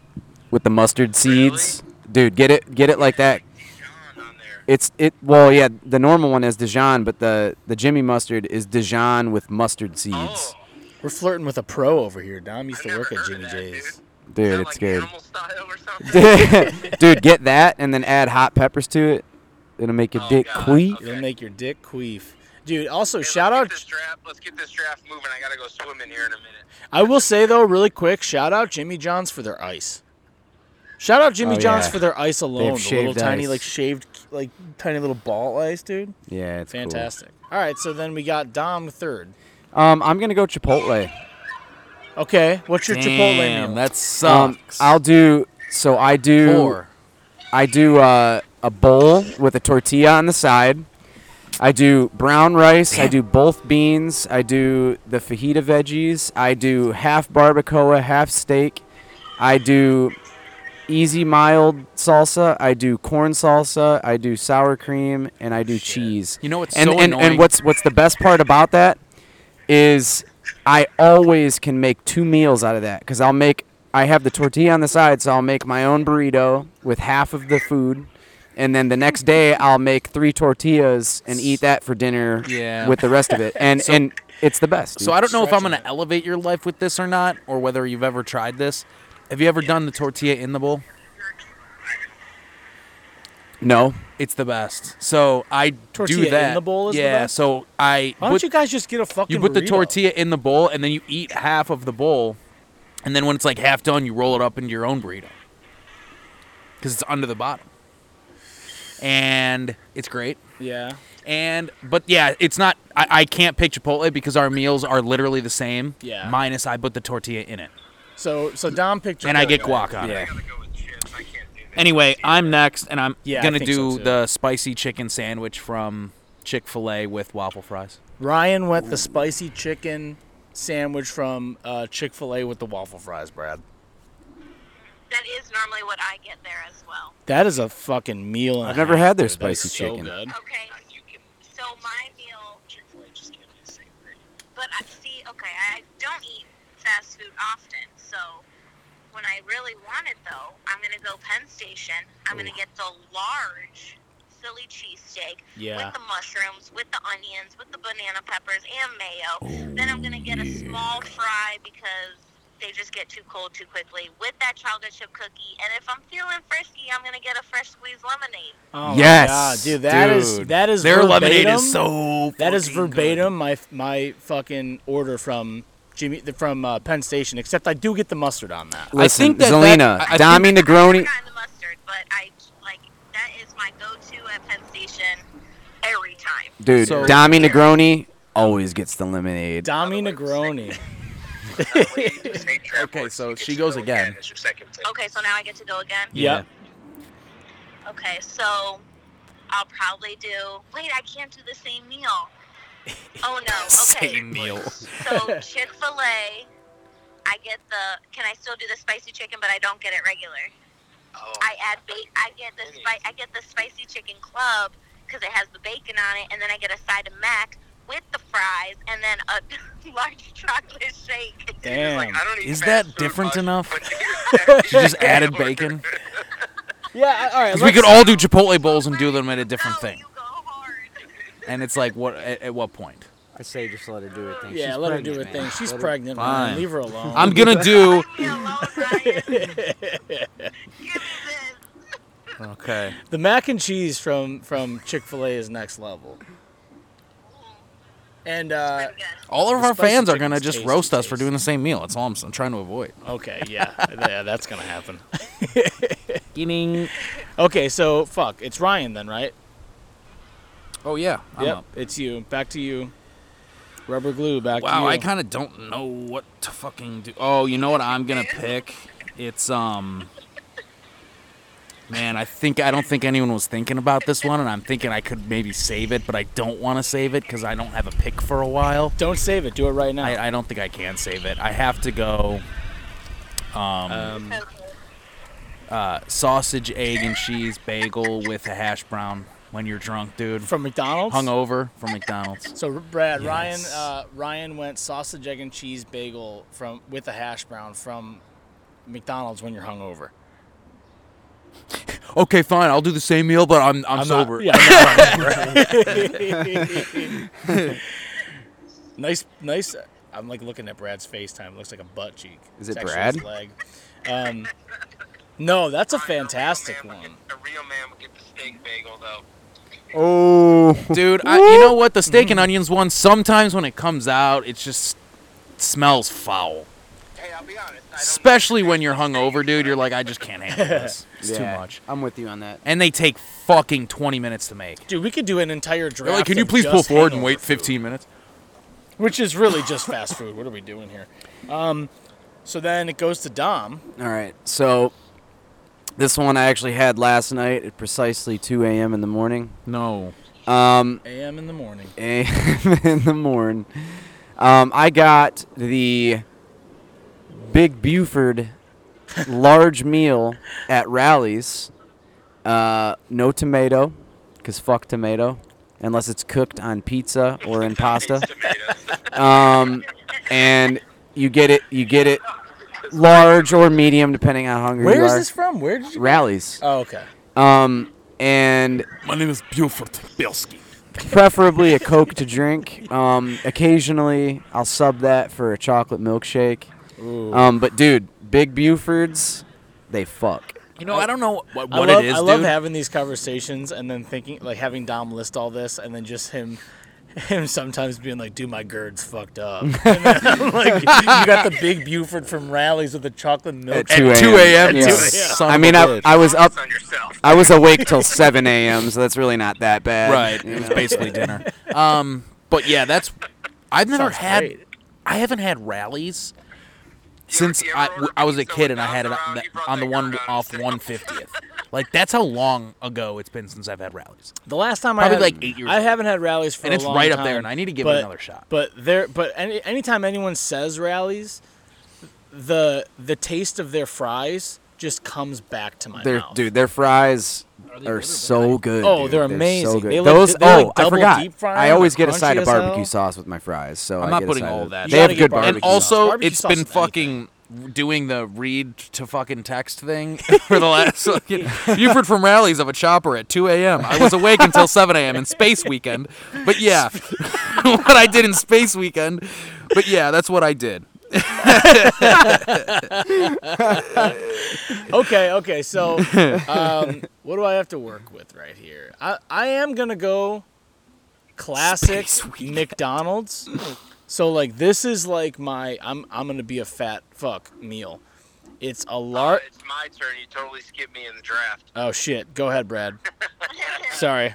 S4: with the mustard seeds. Dude, get it, get it like that.
S5: Dijon on there.
S4: It's it. Well, yeah, the normal one is Dijon, but the the Jimmy mustard is Dijon with mustard seeds.
S5: Oh,
S2: We're flirting with a pro over here, Dom. Used
S5: I've
S2: to
S5: never
S2: work at
S5: heard
S2: Jimmy
S5: of that,
S2: J's.
S5: Dude. Is
S4: Dude,
S5: that,
S4: it's
S5: like
S4: good.
S5: Animal style or something.
S4: Dude, get that and then add hot peppers to it. It'll make your
S5: Oh,
S4: dick
S5: God.
S4: queef.
S5: Okay.
S2: It'll make your dick queef, dude. Also,
S5: Hey,
S2: shout
S5: let's
S2: out.
S5: Get this draft, let's get this draft moving. I gotta go swimming here in a minute.
S2: I will say though, really quick, shout out Jimmy John's for their ice. Shout out Jimmy
S4: Oh,
S2: John's
S4: yeah.
S2: for their ice alone. the little
S4: shaved
S2: tiny,
S4: ice.
S2: like shaved, like tiny little ball ice, dude.
S4: Yeah, it's cool.
S2: Fantastic. All right, so then we got Dom third.
S4: Um, I'm gonna go Chipotle.
S2: Okay, what's your Chipotle
S3: Damn,
S2: meal?
S3: that
S4: Um,
S3: sucks.
S4: I'll do. So I do.
S3: Four.
S4: I do uh, a bowl with a tortilla on the side. I do brown rice. I do both beans. I do the fajita veggies. I do half barbacoa, half steak. I do easy mild salsa. I do corn salsa. I do sour cream, and I do cheese.
S3: You know what's
S4: and,
S3: so
S4: and,
S3: annoying?
S4: and what's what's the best part about that is I always can make two meals out of that because I'll make I have the tortilla on the side, so I'll make my own burrito with half of the food, and then the next day I'll make three tortillas and eat that for dinner
S3: Yeah.
S4: with the rest of it, and and it's the best.
S3: So I don't know if I'm
S2: Stretching
S3: going to elevate your life with this or not, or whether you've ever tried this. Have you ever done the tortilla in the bowl?
S4: no.
S3: It's the best. So I
S2: Tortilla
S3: do
S2: in
S3: that.
S2: the bowl is the
S3: yeah.
S2: best?
S3: So I
S2: Why don't
S3: put,
S2: you guys just get a fucking?
S3: you put the
S2: burrito?
S3: tortilla in the bowl and then you eat half of the bowl, and then when it's like half done, you roll it up into your own burrito because it's under the bottom, and it's great.
S2: Yeah.
S3: And but yeah, it's not. I, I can't pick Chipotle because our meals are literally the same.
S2: Yeah.
S3: Minus I put the tortilla in it,
S2: So so Dom picked.
S3: and I
S2: Chipotle.
S3: get guac on it.
S5: I gotta go with chips. I can't do that.
S3: Anyway, I'm next, and I'm
S2: Yeah, I
S3: gonna
S2: think so,
S3: do
S2: too.
S3: the spicy chicken sandwich from Chick Fil A with waffle fries.
S2: Ryan went the spicy chicken sandwich from uh, Chick Fil A with the waffle fries, Brad.
S6: That is normally what I get there as well.
S2: That is a fucking meal. and a
S4: I've never
S2: half,
S4: had their
S2: dude. That is
S4: spicy
S2: so
S4: chicken.
S2: good.
S6: Okay, so my meal. But I see. Okay, I don't eat fast food often, so when I really want it, though, I'm gonna go Penn Station. I'm gonna get the large Philly cheesesteak
S2: Yeah.
S6: with the mushrooms, with the onions, with the banana peppers and mayo. then I'm gonna get a small fry because they just get too cold too quickly. With that chocolate chip cookie, and if I'm feeling frisky, I'm gonna get a fresh squeezed lemonade.
S2: Oh my
S4: Yes,
S2: God, dude. That is
S4: dude.
S2: that is
S3: Their
S2: verbatim.
S3: lemonade is so.
S2: that is
S3: fucking good.
S2: verbatim my my fucking order from Jimmy from uh, Penn Station. Except I do get the mustard on that.
S4: Listen,
S3: think that that-
S4: Zelina,
S3: I- I
S4: Dami Negroni.
S6: kind of mustard, but I like that is my go-to at Penn Station every time.
S4: Dude,
S3: So-
S4: Dami Negroni always gets the lemonade.
S2: Dami Negroni.
S3: Okay, so she goes again.
S5: It's your second place.
S6: Okay, so now I get to go again.
S2: Yep.
S6: Okay, so I'll probably do. Wait, I can't do the same meal. Oh no. Okay.
S3: Same meal.
S6: So Chick Fil A, I get the. Can I still do the spicy chicken? But I don't get it regular.
S5: Oh,
S6: I add bacon. I get the spi- I get the spicy chicken club because it has the bacon on it, and then I get a side of mac with the fries, and then a large chocolate shake.
S2: Damn.
S5: I don't eat
S3: Is
S5: fast
S3: that
S5: food
S3: different
S5: much,
S3: enough?
S5: but you're-
S3: She just added bacon.
S2: Yeah. I- All right.
S3: Because we
S2: let's-
S3: could all do Chipotle bowls and do them at a different
S6: No,
S3: thing.
S6: you go hard.
S3: and it's like what at, at what point?
S4: I say just let her do her thing.
S2: Yeah,
S4: She's
S2: let her
S4: pregnant,
S2: do her
S4: man.
S2: thing. She's
S4: Let her-
S2: pregnant. Man.
S7: Fine.
S2: Leave her alone.
S7: I'm gonna do.
S6: Leave me alone, Ryan. Give me this.
S7: Okay.
S2: the mac and cheese from from Chick Fil A is next level. And uh,
S6: Pretty good.
S3: All of
S2: The
S3: our
S2: spicy
S3: fans are
S2: chicken's
S3: gonna just
S2: tasty,
S3: roast us for
S2: tasty.
S3: doing the same meal. That's all I'm, s- I'm trying to avoid.
S2: okay, yeah, yeah, that's gonna happen.
S7: Getting.
S2: Okay, so fuck, it's Ryan then, right?
S3: Oh yeah, I'm
S2: yep,
S3: up.
S2: it's you. Back to you. Rubber glue. Back to you.
S7: Wow, I kind of don't know what to fucking do. Oh, you know what I'm gonna pick? It's um.
S3: Man, I think I don't think anyone was thinking about this one, and I'm thinking I could maybe save it, but I don't want to save it because I don't have a pick for a while.
S2: Don't save it. Do it right now.
S3: I, uh, I don't think I can save it. I have to go
S2: um,
S3: sausage, egg, and cheese bagel with a hash brown when you're drunk, dude.
S2: from McDonald's.
S3: Hungover from McDonald's.
S2: So Brad
S3: Yes.
S2: Ryan uh, Ryan went sausage egg and cheese bagel from with a hash brown from McDonald's when you're hungover.
S3: Okay, fine. I'll do the same meal, but I'm I'm,
S2: I'm not-
S3: sober.
S2: yeah, I'm not hungover. nice, nice. I'm like looking at Brad's FaceTime. It looks like a butt cheek.
S4: Is
S2: It's
S4: it
S2: actually
S4: Brad?
S2: His leg. Um, no, that's a fantastic
S5: a real man
S2: one.
S5: would Get, a real man would get the steak bagel though.
S4: Oh,
S3: dude. I, you know what? The steak and onions one. Sometimes when it comes out, it just smells foul.
S5: Hey, I'll be honest. I don't
S3: Especially when you're hungover, dude. You're like, I just can't handle this. It's
S4: Yeah,
S3: too much.
S4: I'm with you on that.
S3: And they take fucking 20 minutes to make.
S2: Dude, we could do an entire draft.
S3: They're like, can you
S2: of
S3: please
S2: just
S3: pull forward and
S2: hangover
S3: wait
S2: food."
S3: 15 minutes?
S2: Which is really just fast food. What are we doing here? Um, so then it goes to Dom.
S4: All right, so this one I actually had last night at precisely 2 a.m. in the morning.
S3: No.
S4: Um,
S2: A.M. in the morning.
S4: a.m. in the morning. Um, I got the Big Buford large meal at Rallies. Uh, no tomato, because fuck tomato, unless it's cooked on pizza or in pasta. Um, and you get it, you get it large or medium, depending on how hungry
S2: Where
S4: you
S2: is
S4: are.
S2: this from? Where did you?
S4: Rallies.
S2: Oh, okay.
S4: Um, and
S3: My name is Buford Bilski.
S4: preferably a Coke to drink. Um, occasionally, I'll sub that for a chocolate milkshake. Um, but dude, Big Bufords, they fuck.
S3: You know, I don't know what,
S2: I
S3: what
S2: love,
S3: it is,
S2: I love
S3: dude.
S2: having these conversations and then thinking, like having Dom list all this, and then just him, him sometimes being like, "Dude, my GERD's fucked up." And then I'm like, you got the big Buford from rallies with the chocolate milk.
S3: At 2 a.m.
S4: Yeah.
S3: you son
S4: I
S3: of a
S4: mean, I,
S3: bitch.
S4: I was up.
S5: on yourself.
S4: I was awake till 7 a.m., so that's really not that bad.
S3: Right.
S4: you
S3: It was
S4: know?
S3: basically dinner. Um, but yeah, that's. I've never
S2: Sounds
S3: had.
S2: great.
S3: I haven't had rallies
S5: You
S3: since
S5: ever- you ever
S3: I,
S5: order
S3: I was a
S5: pizza
S3: kid
S5: with
S3: and I had it
S5: Dom's
S3: on
S5: around?
S3: the,
S5: You brought
S3: on the
S5: that
S3: one
S5: girl down
S3: off
S5: to-
S3: 150th. Like that's how long ago it's been since I've had rallies.
S2: The last time I
S3: Probably
S2: had,
S3: like eight years
S2: I
S3: ago.
S2: haven't had rallies for a
S3: And it's
S2: long
S3: right up there,
S2: time,
S3: and I need to give it
S2: but-
S3: another shot.
S2: But there, but any anytime anyone says rallies, the the taste of their fries just comes back to my
S4: They're,
S2: mouth.
S4: dude, their fries
S3: they
S4: are
S3: good or
S4: so good.
S2: Oh,
S4: dude.
S2: they're
S4: so
S2: amazing.
S4: good.
S2: They like-
S4: Those.
S2: they like
S4: oh, I
S2: double
S4: forgot.
S2: deep fry 'em,
S4: I always
S2: they're
S4: get a side
S2: crunchy as
S4: of
S2: hell.
S4: barbecue sauce with my fries, so
S3: I'm
S4: I
S3: not
S4: get a
S3: putting
S4: side
S3: all
S4: of-
S3: that.
S2: You
S4: They have
S2: gotta get
S4: good
S2: barbecue
S4: barbecue.
S3: and also,
S2: Barbecue
S3: it's
S2: sauce
S3: been
S2: is
S3: fucking doing the read to fucking text thing for the last. Like, Buford from rallies of a chopper at 2 a.m. I was awake until 7 a.m. in space weekend. But yeah, what I did in space weekend. But yeah, that's what I did.
S2: okay, okay. So, um, what do I have to work with right here? I, I am gonna go classic McDonald's. So like this is like my I'm I'm gonna be a fat fuck meal. It's a
S5: Uh,
S2: large.
S5: it's my turn. You totally skipped me in the draft.
S2: Oh shit! Go ahead, Brad. Sorry.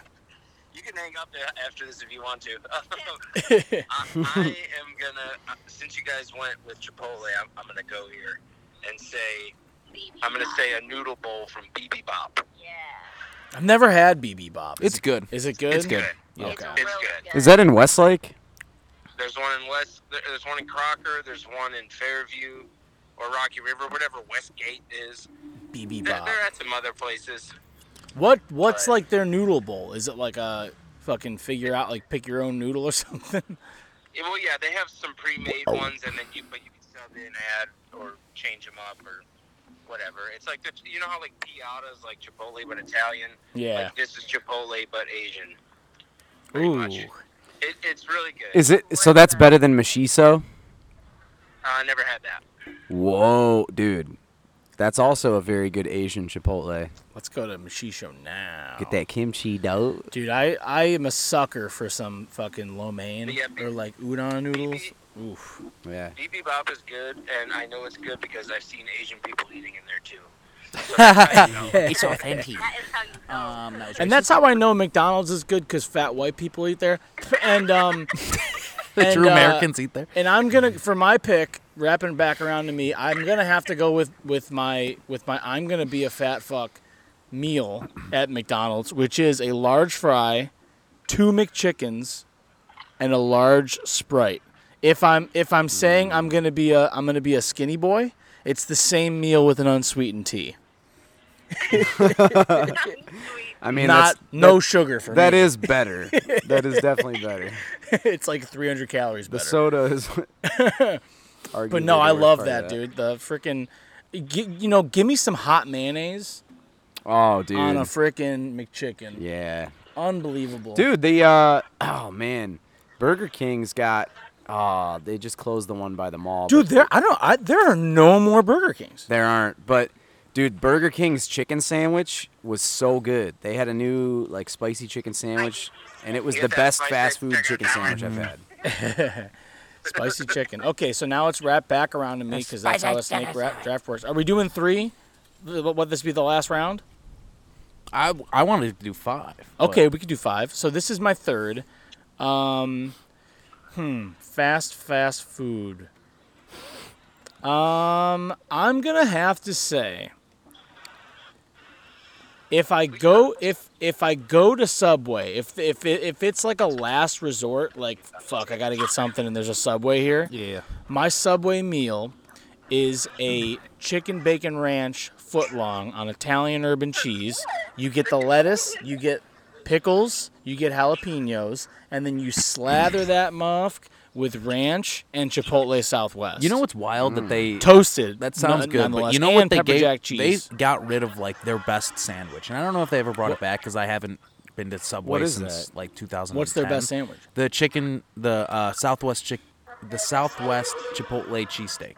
S5: You can hang up a- after this if you want to. I, I am gonna, since you guys went with Chipotle, I'm, I'm gonna go here and say I'm gonna say a noodle bowl from BB Bop.
S6: Yeah.
S2: I've never had BB Bob. Is
S3: It's
S2: it-
S3: good.
S2: Is it good?
S3: It's good.
S2: Okay.
S6: It's really
S5: good.
S4: Is that in Westlake?
S5: There's one in West. there- There's one in Crocker. There's one in Fairview or Rocky River, whatever Westgate is.
S2: BB
S5: They're,
S2: Bob.
S5: they're at some other places.
S2: What what's
S5: Right.
S2: like their noodle bowl? Is it like a fucking figure out like pick your own noodle or something?
S5: Yeah, well, yeah, they have some pre-made
S4: Oh.
S5: ones, and then you but you can sub in, add, or change them up, or whatever. It's like the you know how like piatas like Chipotle but Italian.
S2: Yeah.
S5: Like this is Chipotle but Asian. pretty much. It, it's really good.
S4: Is it so? That's better than Machiso.
S5: Uh, I never had that.
S4: Whoa, dude, that's also a very good Asian Chipotle.
S2: Let's go to Mashisho now.
S4: Get that kimchi dough.
S2: Dude, I, I am a sucker for some fucking lo mein
S5: Yeah, be-
S2: or like udon noodles.
S5: be-
S2: Oof.
S4: Yeah.
S5: Bibimbap is good, and I know it's good because I've seen Asian people eating in there too. So I know.
S3: It's authentic.
S6: That is how you know.
S3: Um, that was
S2: And that's how I know McDonald's is good because fat white people eat there. And um,
S3: the
S2: and,
S3: true
S2: uh,
S3: Americans eat there.
S2: and I'm gonna for my pick, wrapping it back around to me, I'm gonna have to go with with my with my I'm gonna be a fat fuck meal at McDonald's, which is a large fry, two McChickens, and a large Sprite. If I'm if I'm saying I'm gonna be a I'm gonna be a skinny boy, it's the same meal with an unsweetened tea.
S6: Sweet.
S4: I mean,
S2: Not
S4: that's,
S2: no sugar for
S4: that
S2: me.
S4: is better. that is definitely better.
S2: it's like 300 calories
S4: The
S2: better.
S4: soda is.
S2: But no, I love that, dude. The freaking, you know, give me some hot mayonnaise
S4: Oh, dude.
S2: on a freaking McChicken.
S4: yeah.
S2: Unbelievable.
S4: Dude, the uh oh man, Burger King's got oh they just closed the one by the mall.
S2: Dude,
S4: but
S2: there I don't I, there are no more Burger Kings.
S4: there aren't. But dude, Burger King's chicken sandwich was so good. They had a new like spicy chicken sandwich, and it was
S5: Yeah,
S4: the
S5: that
S4: best
S5: spicy
S4: fast food
S5: chicken
S4: chicken sandwich I've had.
S2: Spicy chicken. Okay, so now it's wrapped back around to me because that's how the snake ra- draft works. Are we doing three? Th- Would this be the last round?
S3: I I wanted to do five. but
S2: Okay, we could do five. So this is my third. Um, hmm. Fast, fast food. Um, I'm gonna have to say, if I go, if if I go to Subway, if if it, if it's like a last resort, like fuck, I gotta get something, and there's a Subway here.
S7: Yeah.
S2: My Subway meal is a chicken bacon ranch footlong on Italian urban cheese. You get the lettuce, you get pickles, you get jalapenos, and then you slather that muff with ranch and Chipotle Southwest.
S3: You know what's wild that they
S2: Toasted.
S3: That sounds
S2: none-
S3: good, but
S2: nonetheless,
S3: you know what
S2: and
S3: they
S2: pepper
S3: gave?
S2: Jack cheese.
S3: They got rid of like their best sandwich, and I don't know if they ever brought it back because I haven't been to Subway
S4: What is
S3: since like 2000.
S2: What's their best sandwich?
S3: The chicken, the uh, Southwest chick, the Southwest Chipotle cheesesteak.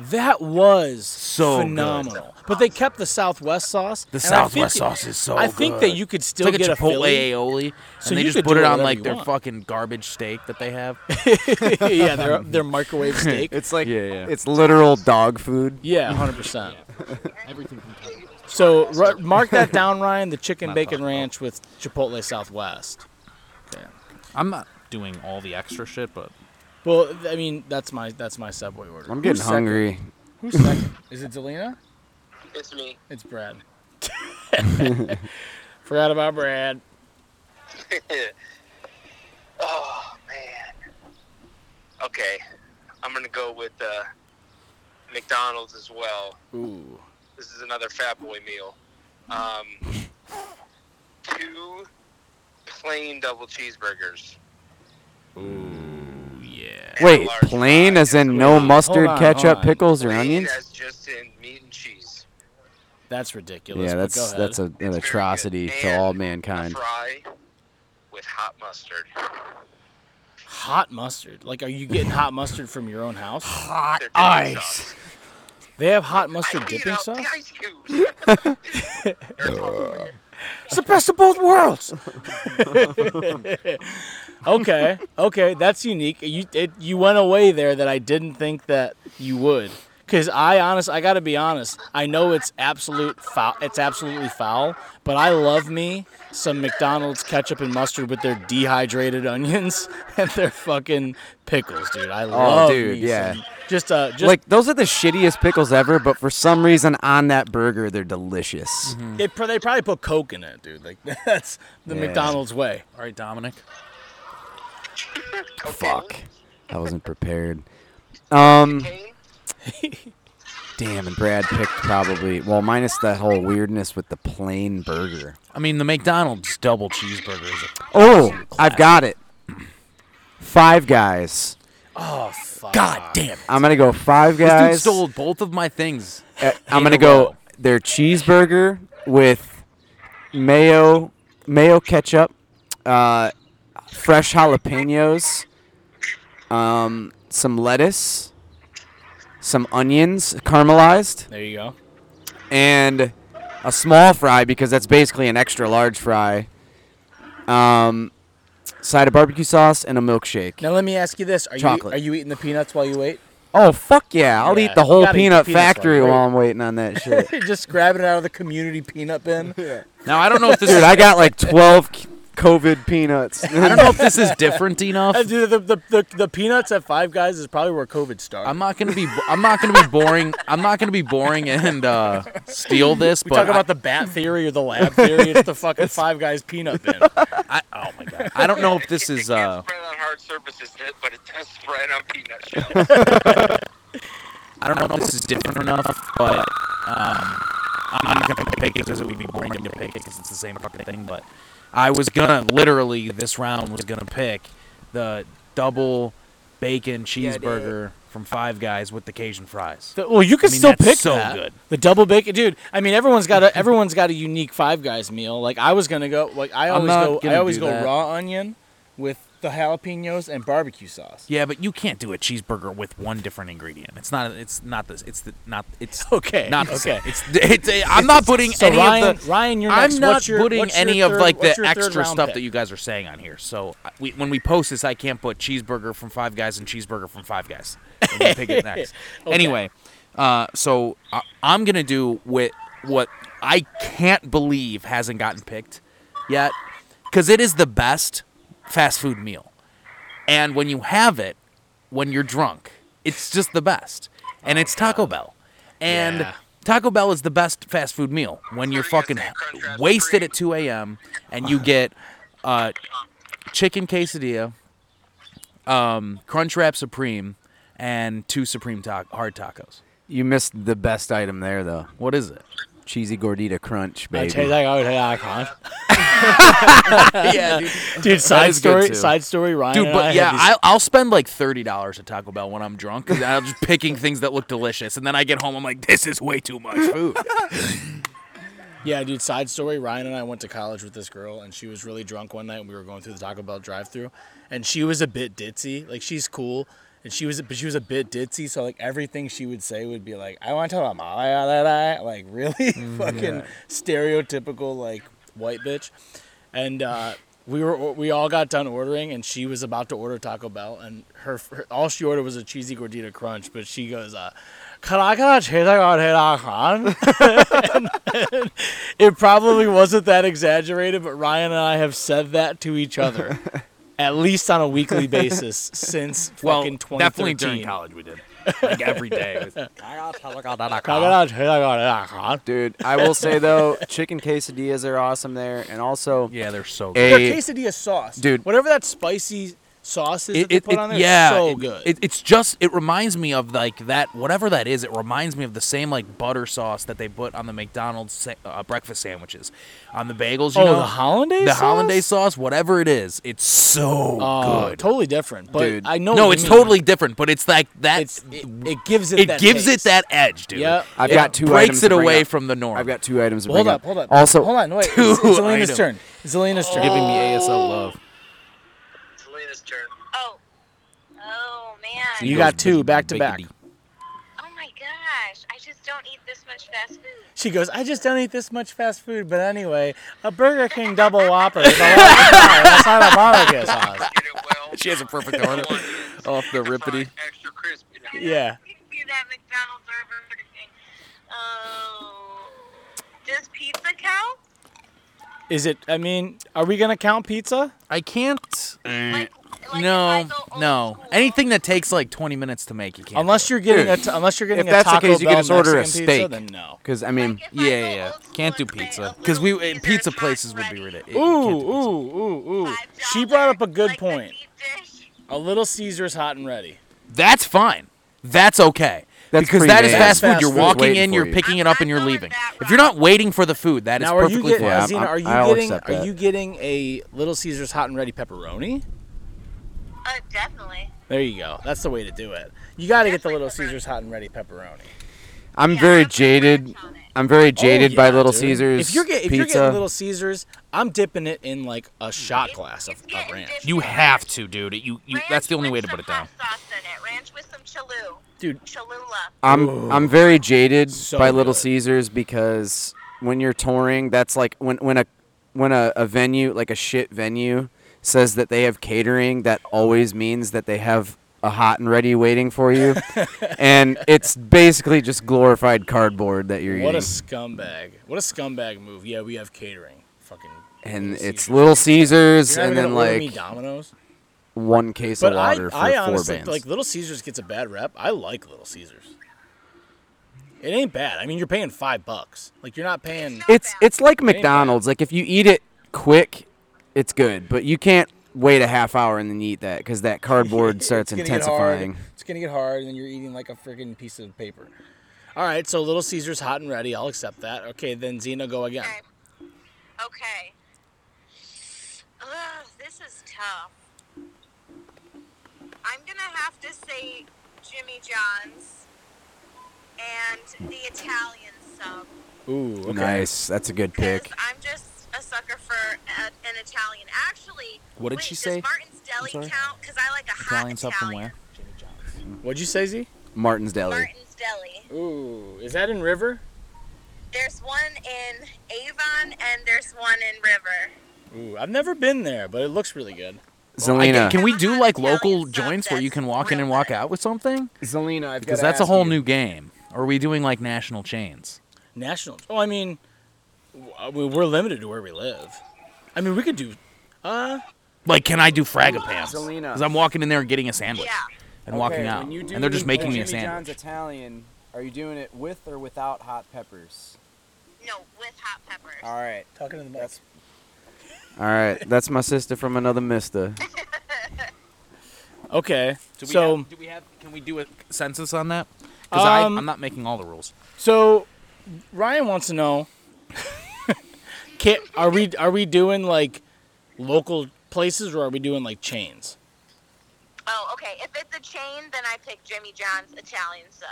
S2: That was
S3: So good.
S2: phenomenal. But they kept the Southwest sauce.
S3: The
S2: and I think
S3: Southwest
S2: it-
S3: sauce is so.
S2: I think
S3: good.
S2: that you could still
S3: it's like
S2: get
S3: a Chipotle
S2: Philly-
S3: aioli,
S2: So
S3: and they
S2: you
S3: just
S2: could
S3: put
S2: do
S3: it on
S2: whatever
S3: like
S2: you
S3: their
S2: want.
S3: fucking garbage steak that they have.
S2: yeah, their, their microwave steak.
S4: It's like
S3: Yeah, yeah.
S4: it's literal dog food.
S2: Yeah, hundred percent. So r- mark that down, Ryan. The chicken bacon ranch with Chipotle Southwest.
S7: I'm not doing all the extra shit, but
S2: Well, I mean that's my that's my Subway order.
S4: I'm getting
S2: Who's
S4: hungry.
S2: Second? Who's second? Is it Delina?
S5: It's me.
S2: It's Brad. Forgot about Brad.
S5: oh man. Okay, I'm gonna go with uh, McDonald's as well.
S2: Ooh.
S5: This is another fat boy meal. Um, two plain double cheeseburgers.
S4: Wait,
S5: large
S4: plain
S5: fry.
S4: as in no
S2: on,
S4: mustard,
S2: hold
S4: ketchup,
S2: on.
S4: pickles, or
S5: Plain
S4: onions?
S5: As just in meat and cheese.
S2: That's ridiculous.
S4: Yeah,
S2: but go
S4: that's
S2: ahead.
S4: that's a, an
S5: good.
S4: atrocity to
S5: And
S4: all
S5: a
S4: mankind.
S5: fry with hot mustard.
S2: hot mustard. Like, are you getting hot mustard from your own house?
S5: Hot ice.
S2: They have hot mustard
S5: I beat
S2: dipping
S5: out
S2: sauce.
S5: the ice cubes.
S2: It's the best of both worlds. okay, okay, that's unique. You it, you went away there that I didn't think that you would. Cause I honest, I gotta be honest. I know it's absolute foul. It's absolutely foul. But I love me some McDonald's ketchup and mustard with their dehydrated onions and their fucking pickles, dude. I love.
S4: Oh, dude,
S2: me
S4: yeah.
S2: some- Just uh, just
S4: like those are the shittiest pickles ever, but for some reason on that burger they're delicious.
S2: they, pro- they probably put Coke in it, dude. Like that's the
S4: Yeah.
S2: McDonald's way.
S3: All right, Dominic.
S4: Fuck, I wasn't prepared. Um,
S5: Kane,
S4: damn, and Brad picked probably well minus that whole weirdness with the plain burger.
S3: I mean, the McDonald's double cheeseburger is a
S4: Oh, I've got it. Five Guys.
S2: Oh fuck.
S3: god damn.
S4: I'm gonna go Five
S3: This dude
S4: Guys.
S3: stole both of my things.
S4: Uh, I'm
S3: in
S4: gonna
S3: a
S4: go
S3: row.
S4: their cheeseburger with mayo, mayo ketchup, uh, fresh jalapenos, um, some lettuce, some onions caramelized,
S2: There you go.
S4: and a small fry because that's basically an extra large fry. Um, side of barbecue sauce and a milkshake.
S2: Now let me ask you this: Are
S4: Chocolate.
S2: you are you eating the peanuts while you wait?
S4: Oh fuck yeah! I'll
S2: Yeah,
S4: eat the
S2: you
S4: whole
S2: gotta eat
S4: peanut
S2: the peanuts
S4: factory
S2: one, right?
S4: while I'm waiting on that shit.
S2: Just grabbing it out of the community peanut bin.
S7: Now I don't know if this
S4: Dude,
S7: is,
S4: I got like 12 c- COVID peanuts.
S7: I don't know if this is different enough.
S2: Uh, Dude, the, the, the, the peanuts at Five Guys is probably where COVID started.
S3: I'm not gonna be. I'm not gonna be boring. I'm not gonna be boring and uh, steal this.
S2: we
S3: but
S2: talk
S3: I-
S2: about the bat theory or the lab theory. It's the fucking Five Guys peanut bin.
S3: I, oh my god! I don't know if this
S5: It
S3: is.
S5: can't
S3: Uh,
S5: spread on hard surfaces, but it does spread on peanut shells.
S3: I don't know if this is different enough, but um, I'm not gonna pick it because it would be boring to pick it because it's the same fucking thing. But I was gonna literally this round was gonna pick the double bacon cheeseburger from Five Guys with the Cajun fries.
S2: The- well, you can
S3: I mean,
S2: still
S3: that's
S2: pick
S3: so
S2: that.
S3: good.
S2: The double bacon, dude. I mean, everyone's got a everyone's got a unique Five Guys meal. Like I was gonna go, like I
S3: I'm
S2: always
S3: not
S2: go, I
S3: gonna
S2: always
S3: do
S2: go
S3: that.
S2: raw onion with the jalapenos and barbecue sauce.
S3: Yeah, but you can't do a cheeseburger with one different ingredient. It's not. It's not this. It's the not. It's
S2: Okay,
S3: Not
S2: okay.
S3: okay. It's, it's, I'm not putting
S2: So
S3: any
S2: Ryan,
S3: of the.
S2: Ryan, you're next.
S3: I'm not
S2: What's your-
S3: putting
S2: what's your
S3: any of
S2: third-
S3: like the
S2: what's your third
S3: extra
S2: round
S3: stuff
S2: pick?
S3: that you guys are saying on here. So I- we, when we post this, I can't put cheeseburger from Five Guys and cheeseburger from Five Guys. And we pick it next.
S2: Okay.
S3: Anyway, uh, so I, I'm gonna do with what I can't believe hasn't gotten picked yet, because it is the best fast food meal, and when you have it, when you're drunk. It's just the best. And it's Taco Bell. And
S2: Yeah.
S3: Taco Bell is the best fast food meal when you're
S5: Sorry,
S3: fucking
S5: I said Crunchwrap
S3: wasted
S5: Supreme.
S3: at 2 a.m. and you get uh, chicken quesadilla, um, Crunchwrap Supreme, and two Supreme ta- hard tacos.
S4: you missed the best item there, though.
S3: What is it?
S4: Cheesy gordita crunch,
S2: I
S4: baby.
S2: tell you that, I would have icon.
S3: yeah, dude.
S2: Dude, side
S4: is good
S2: story,
S4: too.
S2: side story. Ryan,
S3: Dude,
S2: and I
S3: but
S2: had
S3: yeah,
S2: these-
S3: I, I'll spend like thirty dollars at Taco Bell when I'm drunk 'cause I'm just picking things that look delicious, and then I get home, I'm like, this is way too much food.
S2: Yeah, dude, side story. Ryan and I went to college with this girl, and she was really drunk one night, and we were going through the Taco Bell drive-through, and she was a bit ditzy. Like she's cool, and she was, but she was a bit ditzy. So like everything she would say would be like, "I want to talk about my la, la, la," like really
S3: Mm,
S2: fucking stereotypical like white bitch." And uh, we were we all got done ordering, and she was about to order Taco Bell, and her, her all she ordered was a cheesy gordita crunch, but she goes, uh, "Can I get a cheesy gordita crunch?" It probably wasn't that exaggerated, but Ryan and I have said that to each other at least on a weekly basis since
S3: Well,
S2: fucking 2013.
S3: definitely during college we did, like every day. It was-
S2: college.
S4: Dude, I will say though, chicken quesadillas are awesome there, and also
S3: Yeah, they're so good.
S4: a
S2: Their quesadilla sauce,
S4: Dude.
S2: Whatever that spicy sauce is that they put on there,
S3: yeah,
S2: so
S3: it-
S2: good.
S3: It, it's just it reminds me of like that whatever that is. It reminds me of the same like butter sauce that they put on the McDonald's sa- uh, breakfast sandwiches, on the bagels. You
S2: oh,
S3: know,
S2: the hollandaise.
S3: the
S2: sauce?
S3: hollandaise sauce, whatever it is, it's so
S2: Oh,
S3: good.
S2: Totally different, but
S4: Dude.
S2: I know.
S3: No,
S2: what
S3: it's
S2: you mean.
S3: totally different, but it's like that.
S2: It's it, it gives it.
S3: it
S2: that
S3: gives
S2: taste.
S3: it that edge, dude.
S2: Yep.
S4: I've
S3: It
S4: got two
S3: breaks
S4: items
S3: it
S4: to bring
S3: away
S4: up.
S3: from the norm.
S4: I've got two items. To
S2: Hold
S4: bring
S2: up, hold up.
S4: Also,
S2: hold on, wait. It's,
S3: Two
S2: it's Elena's
S3: items.
S2: turn. It's Elena's turn.
S3: giving me ASL love.
S5: It's Lena's turn.
S6: Oh. Oh, man.
S2: You got two back to back.
S3: Biggity.
S6: Oh my gosh, I just don't eat this much fast food.
S2: She goes, I just don't eat this much fast food, but anyway, a Burger King double whopper is a lot of barbecue sauce.
S5: Get it well.
S3: She has a perfect order off the rippity.
S5: Extra crispy.
S2: Yeah.
S6: You can do that McDonald's or Burger King. Oh. Does pizza count?
S2: Is it, I mean, are we going to count pizza?
S3: I can't.
S2: Mm,
S6: Like, like
S3: no,
S6: if I go old
S3: no.
S6: school-
S3: Anything that takes like 20 minutes to make, you can't.
S2: Unless you're getting a, t- unless you're getting
S4: if
S2: a
S4: that's the
S2: Taco
S4: case, you
S2: Bell
S4: can just order a
S2: Mexican
S4: steak.
S2: pizza, then no.
S4: because I mean,
S6: If
S3: yeah,
S6: I go
S3: yeah, yeah.
S6: old school
S3: Can't do
S6: and say
S3: pizza
S6: a
S3: because we
S6: little
S3: uh,
S6: Caesar
S3: pizza
S6: hot
S3: places would be
S6: ready,
S2: Ooh,
S3: ridiculous.
S2: ooh, ooh, ooh.
S6: $5
S2: She brought up a good
S6: like the
S2: point.
S6: deep dish.
S2: A little Caesar's hot and ready.
S3: That's fine. That's okay.
S4: That's
S3: because that is
S4: pre-made.
S3: fast food.
S2: That's
S3: You're
S2: fast food.
S3: walking
S4: Waiting
S3: in,
S4: for
S3: you're
S4: you.
S3: picking it
S6: I'm
S3: up, and
S6: not
S3: you're
S6: going
S3: leaving.
S6: that
S3: If you're not waiting for the food, that is
S2: now, are you,
S3: perfectly
S2: get,
S4: Yeah,
S3: fine.
S4: I'm-
S2: Zena, are you
S4: I'll
S2: getting
S4: accept
S2: are
S4: that.
S2: you getting a Little Caesar's hot and ready pepperoni?
S6: Uh, definitely.
S2: There you go. That's the way to do it. You got to get the
S6: Definitely
S2: Little
S6: pepperoni.
S2: Caesar's hot and ready pepperoni.
S4: I'm
S6: Yeah,
S4: very
S6: I'm gonna
S4: jaded.
S6: munch on it.
S4: I'm very jaded by
S2: Oh, yeah,
S4: Little
S2: dude.
S4: Caesars
S2: If you're, get, if you're
S4: pizza.
S2: getting Little Caesars, I'm dipping it in like a shot glass of,
S6: It's
S2: of
S6: getting
S2: ranch.
S6: different.
S7: You have to, dude. You, you
S6: Ranch
S7: that's the only
S6: with
S7: way to put
S6: some
S7: it down.
S6: Hot sauce in it. Ranch with some chalu.
S2: Dude.
S6: Cholula.
S4: I'm I'm very jaded
S2: Oh. So
S4: by Little
S2: good.
S4: Caesars because when you're touring, that's like when when a when a, a venue like a shit venue says that they have catering, that always means that they have a hot and ready waiting for you, and it's basically just glorified cardboard that you're
S2: What a
S4: eating.
S2: scumbag! What a scumbag move! Yeah, we have catering. Fucking.
S4: and
S2: Little
S4: it's
S2: Caesars.
S4: Little Caesars,
S2: You're not
S4: and
S2: even
S4: then
S2: gonna order me
S4: like
S2: Domino's.
S4: one case
S2: But
S4: of water
S2: I,
S4: for
S2: I
S4: four
S2: honestly
S4: bands.
S2: like Little Caesars gets a bad rep. I like Little Caesars. It ain't bad. I mean, you're paying five bucks. Like you're not paying.
S4: it's it's like
S2: bad.
S4: McDonald's. Like if you eat it quick, it's good, but you can't wait a half hour and then eat that because that cardboard starts
S2: gonna
S4: intensifying.
S2: Get hard. It's gonna get hard, and then you're eating like a freaking piece of paper. All right, so Little Caesars hot and ready. I'll accept that. Okay, then Xena, go again.
S6: Okay. Okay. Ugh, this is tough. I'm gonna have to say Jimmy John's and the Italian sub.
S2: Ooh, okay.
S4: Nice, that's a good
S6: Because
S4: pick.
S6: I'm just a sucker for a, an Italian. Actually,
S3: What did
S6: wait,
S3: she
S6: does
S3: say?
S6: Martin's Deli
S3: sorry?
S6: count? Because I like a hot
S3: Italian sub from
S6: Italian.
S3: where? Oh,
S2: What'd you say, Z?
S4: Martin's Deli.
S6: Martin's Deli.
S2: Ooh, is that in River?
S6: There's one in Avon and there's one in River.
S2: Ooh, I've never been there, but it looks really good.
S4: Zelina,
S3: Can we do like
S6: Italian
S3: local
S6: sub
S3: joints where you
S6: that's
S3: can walk in and walk out with something?
S4: Zelina, I've
S3: Because
S4: gotta
S3: that's a
S4: ask
S3: whole
S4: you.
S3: new game. Or are we doing like national chains?
S2: National. Oh, I mean, w- I mean, we're limited to where we live. I mean, we could do. Uh,
S3: Like, can I do fragapants?
S4: Selena.
S3: Because I'm walking in there and getting a sandwich
S6: Yeah.
S3: and walking
S4: Okay,
S3: out,
S4: when you do
S3: and they're just
S4: the
S3: making me a
S4: Jimmy
S3: sandwich.
S4: John's Italian. Are you doing it with or without hot peppers?
S6: No, with hot peppers.
S4: All right.
S2: talking to the
S4: That's- All right. That's my sister from another mister.
S2: Okay. so
S3: do we have? Can we do a census on that?
S2: 'Cause I- Um, I'm
S3: I'm not making all the rules.
S2: so Ryan wants to know can, are we are we doing like local places or are we doing like chains?
S6: Oh, okay. If it's a chain, then I pick Jimmy John's Italian sub.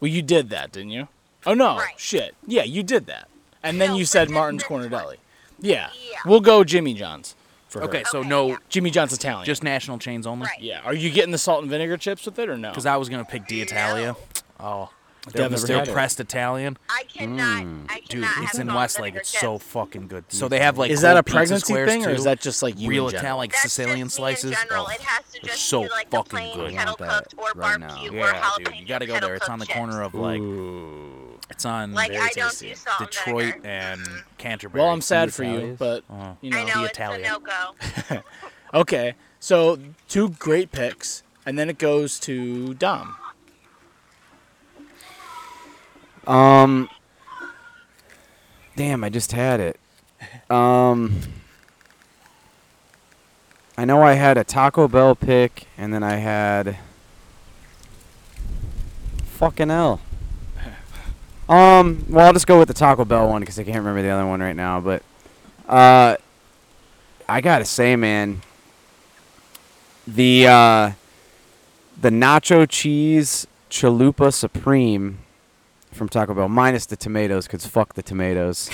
S2: Well, you did that, didn't you? Oh no,
S6: Right.
S2: shit. Yeah, you did that. And then
S6: No,
S2: you
S6: but
S2: said
S6: this-
S2: Martin's
S6: this
S2: Corner
S6: one.
S2: Deli. Yeah.
S6: Yeah.
S2: We'll go Jimmy John's for her.
S3: Okay, so
S6: Okay,
S3: no,
S6: yeah.
S2: Jimmy John's Italian.
S3: just national chains only.
S6: Right.
S2: yeah. Are you getting the salt and vinegar chips with it or no?
S3: Because I was gonna pick D'Italia. Oh, they're,
S2: Devastated.
S3: they're pressed Italian,
S6: I cannot. I cannot
S3: Hmm. dude.
S6: have
S3: it's
S6: salt
S3: in
S6: and
S3: Westlake.
S6: vinegar
S3: It's so
S6: chips.
S3: fucking good. So they have like
S2: is that
S3: cold
S2: a
S3: pizza
S2: pregnancy
S3: squares,
S2: thing or
S3: too.
S2: is that just like you
S3: real
S2: in general?
S3: Italian
S6: That's just
S3: Sicilian
S6: me in
S3: slices?
S6: general.
S3: Oh,
S6: It has to
S3: they're
S6: just
S3: so
S6: be like the
S3: fucking
S6: plain
S3: good.
S6: kettle
S4: I want
S6: cooked or
S4: that right now.
S6: barbecue or
S3: yeah,
S6: jalapeno
S3: dude. You gotta go
S6: kettle
S3: there. It's on the
S6: cooked
S3: corner
S6: chips.
S3: of like it's on
S6: Like I don't
S2: tasty.
S6: do salt and
S3: Detroit
S6: vinegar. Mm-hmm.
S3: and Canterbury.
S2: Well, I'm sad for you,
S4: Italians?
S2: but
S3: Oh.
S2: you
S6: I
S2: know.
S6: know it's
S3: Italian.
S6: a no-go.
S3: Uh,
S2: Okay, so two great picks, and then it goes to Dom.
S4: Um. Damn, I just had it. Um. I know I had a Taco Bell pick, and then I had. Fucking hell. Um. Well, I'll just go with the Taco Bell one because I can't remember the other one right now. But, uh, I gotta say, man, the uh, the nacho cheese chalupa supreme from Taco Bell, minus the tomatoes, because fuck the tomatoes.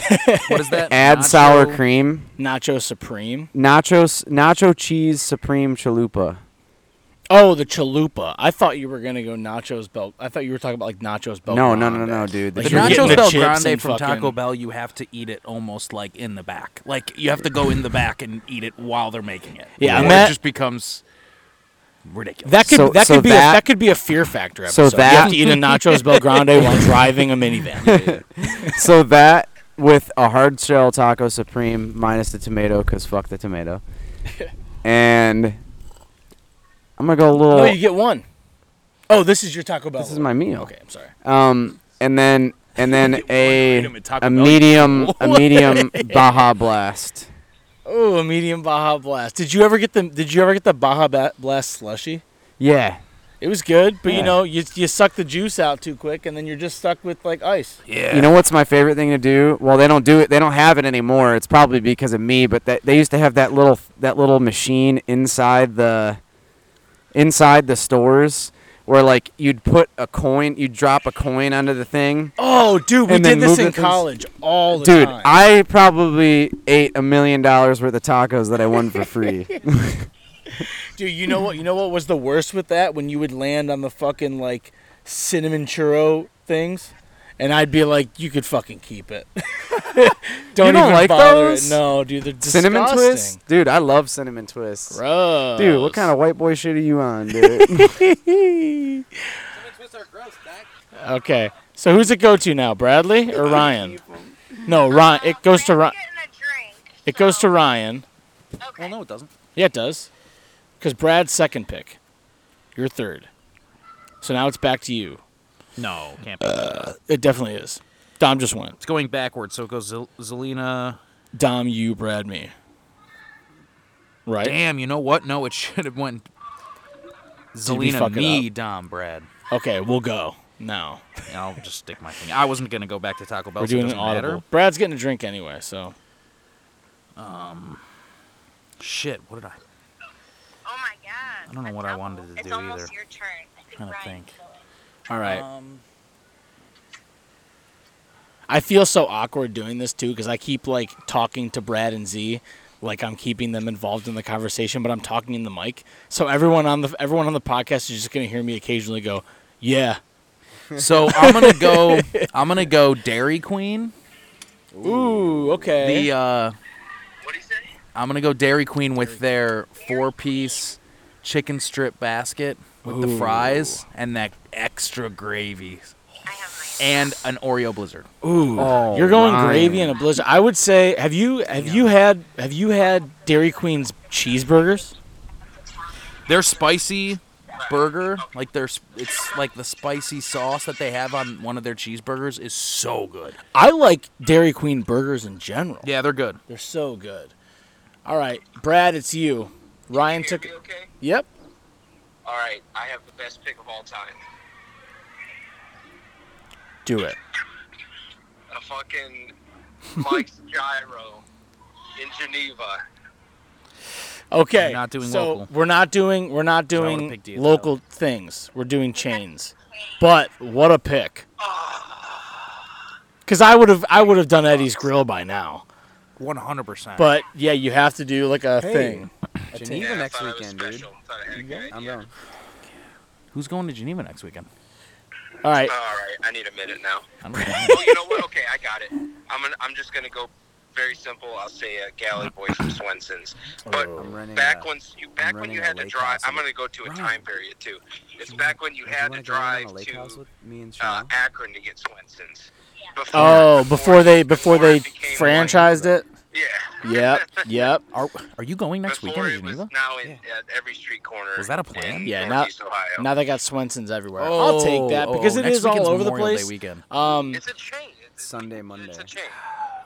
S3: what is that?
S4: Add
S3: Nacho-
S4: sour cream,
S2: Nacho Supreme.
S4: nachos, nacho cheese supreme chalupa.
S2: Oh, the chalupa. I thought you were gonna go nachos belt. I thought you were talking about like nachos belt.
S4: No, no, no, no, dude.
S2: Oh Like
S3: The
S4: You're
S2: getting the
S3: nachos Bel
S2: chips
S3: Grande
S2: and
S3: from Taco
S2: fucking-
S3: Bell, you have to eat it almost like in the back. Like you have to go in the back and eat it while they're making it.
S2: Yeah,
S3: or
S2: and that-
S3: it just becomes ridiculous.
S2: That could
S4: So-
S2: that
S4: so
S2: could be
S4: that-
S2: a, that could be a Fear Factor
S4: So
S2: episode. you have
S4: that-
S2: to eat a nachos bel grande while driving a minivan.
S4: so that with a hard shell taco supreme, minus the tomato, because fuck the tomato. and I'm gonna go a little.
S2: no, you get one. Oh, this is your Taco Bell.
S4: this is my meal.
S2: Okay, I'm sorry.
S4: Um, and then and then a
S3: item at Taco
S4: a
S3: Bell.
S4: medium a medium Baja Blast.
S2: Oh, a medium Baja Blast. Did you ever get the Did you ever get the Baja Ba- Blast slushy?
S4: Yeah.
S2: It was good, but
S4: Yeah.
S2: you know, you you suck the juice out too quick, and then you're just stuck with like ice.
S3: yeah.
S4: You know what's my favorite thing to do? Well, they don't do it. They don't have it anymore. It's probably because of me. But that, they used to have that little that little machine inside the inside the stores where like you'd put a coin, you'd drop a coin onto the thing.
S2: Oh, dude, we
S4: And
S2: did
S4: then
S2: this
S4: move
S2: in
S4: the things-
S2: college all the
S4: Dude,
S2: time.
S4: I probably ate a million dollars worth of tacos that I won for free.
S2: Dude, you know what? You know what was the worst with that? When you would land on the fucking like cinnamon churro things, and I'd be like, "You could fucking keep it." don't
S4: You don't
S2: even
S4: like
S2: bother.
S4: those?
S2: No, dude, they're disgusting.
S4: cinnamon twists, dude. I love cinnamon twists.
S2: Gross.
S4: Dude, what kind of white boy shit are you on, dude?
S2: of? Okay, so who's it go to now, Bradley or Ryan? No, Ryan. It goes to Ryan.
S6: Oh, Getting a drink,
S2: It goes to
S6: so-
S2: Ryan.
S6: Okay.
S3: Well, no, it doesn't.
S2: Yeah, it does. Because Brad's second pick. You're third. So now it's back to you.
S3: No, can't be.
S2: It definitely is. Dom just went.
S3: it's going backwards, so it goes Zel- Zelina.
S2: Dom, you, Brad, me. Right?
S3: Damn, you know what? No, it should have went Zelina,
S2: fuck it
S3: me, Dom, Brad.
S2: Okay, we'll go now.
S3: And I'll just stick my thing. I wasn't gonna go back to Taco Bell.
S2: We're
S3: so it
S2: doing an
S3: doesn't
S2: audible.
S3: matter.
S2: Brad's getting a drink anyway, so
S3: Shit, what did I?
S6: Oh my god.
S3: I don't know
S6: a
S3: what I
S6: double.
S3: wanted to
S6: it's
S3: do
S6: almost
S3: either.
S6: your turn. I think
S3: Trying to
S6: Ryan's
S3: think.
S6: going.
S4: All right.
S3: Uh,
S2: um, I feel so awkward doing this too because I keep like talking to Brad and Z, like I'm keeping them involved in the conversation, but I'm talking in the mic. So everyone on the everyone on the podcast is just gonna hear me occasionally go, "Yeah,
S3: So I'm gonna go. I'm gonna go Dairy Queen.
S2: ooh, okay."
S3: The uh,
S5: What do you say?
S3: I'm gonna go Dairy Queen with their four-piece chicken strip basket with the fries and that extra gravy
S6: I have my
S3: and an Oreo Blizzard.
S2: Ooh,
S4: Oh,
S2: you're going
S4: Ryan.
S2: gravy in a blizzard. I would say, have you have you had have you had Dairy Queen's cheeseburgers?
S3: Their spicy burger, like their s- it's like the spicy sauce that they have on one of their cheeseburgers is so good.
S2: I like Dairy Queen burgers in general.
S3: Yeah, they're good.
S2: They're so good. All right, Brad, it's you. Ryan
S5: Hear
S2: took.
S5: me okay?
S2: Yep.
S5: All right, I have the best pick of all time.
S2: Do it.
S5: A fucking Mike's Gyro in Geneva.
S2: Okay.
S3: We're not doing
S2: so
S3: local.
S2: We're not doing we're not
S3: I would've
S2: doing
S3: picked DFL.
S2: local things. We're doing chains. But what a pick. Cuz I would have I would have done Eddie's grill by now.
S3: 100%.
S2: But yeah, you have to do like a thing.
S4: Geneva
S5: I
S4: next
S5: thought I was
S4: weekend, dude.
S5: special. Thought I had a good
S4: I'm
S5: idea.
S4: going.
S3: who's going to Geneva next weekend?
S2: All right.
S5: All right, I need a minute now.
S3: I don't know.
S5: well, you know what? Okay, I got it. I'm gonna, I'm just gonna go very simple. I'll say a galley boy from Swenson's. But
S4: Oh. I'm running
S5: back
S4: a-
S5: when you back when
S4: running
S5: you
S4: a
S5: had to
S4: lake
S5: drive,
S4: house
S5: I'm
S4: with-
S5: gonna go to a
S4: Ryan.
S5: time period too. It's back when you had to drive to
S4: me and
S5: uh, Akron to get Swenson's. Before,
S2: Oh, before they before they
S5: it became
S2: franchised it?
S5: one. Yeah.
S2: Yep. Yep.
S3: Are, are you going next
S5: before
S3: weekend to
S5: it was
S3: Geneva?
S5: now in, at every street corner.
S3: Was that a plan?
S5: in
S2: Yeah, now-
S5: Northeast Ohio.
S2: Now they got Swenson's everywhere. I'll take that
S3: Oh,
S2: because it
S3: next
S2: is all
S3: weekend's
S2: over the
S3: Memorial Day
S2: place.
S3: weekend.
S2: Um
S5: it's a chain. It's,
S4: Sunday,
S5: it's
S4: Monday.
S5: a chain.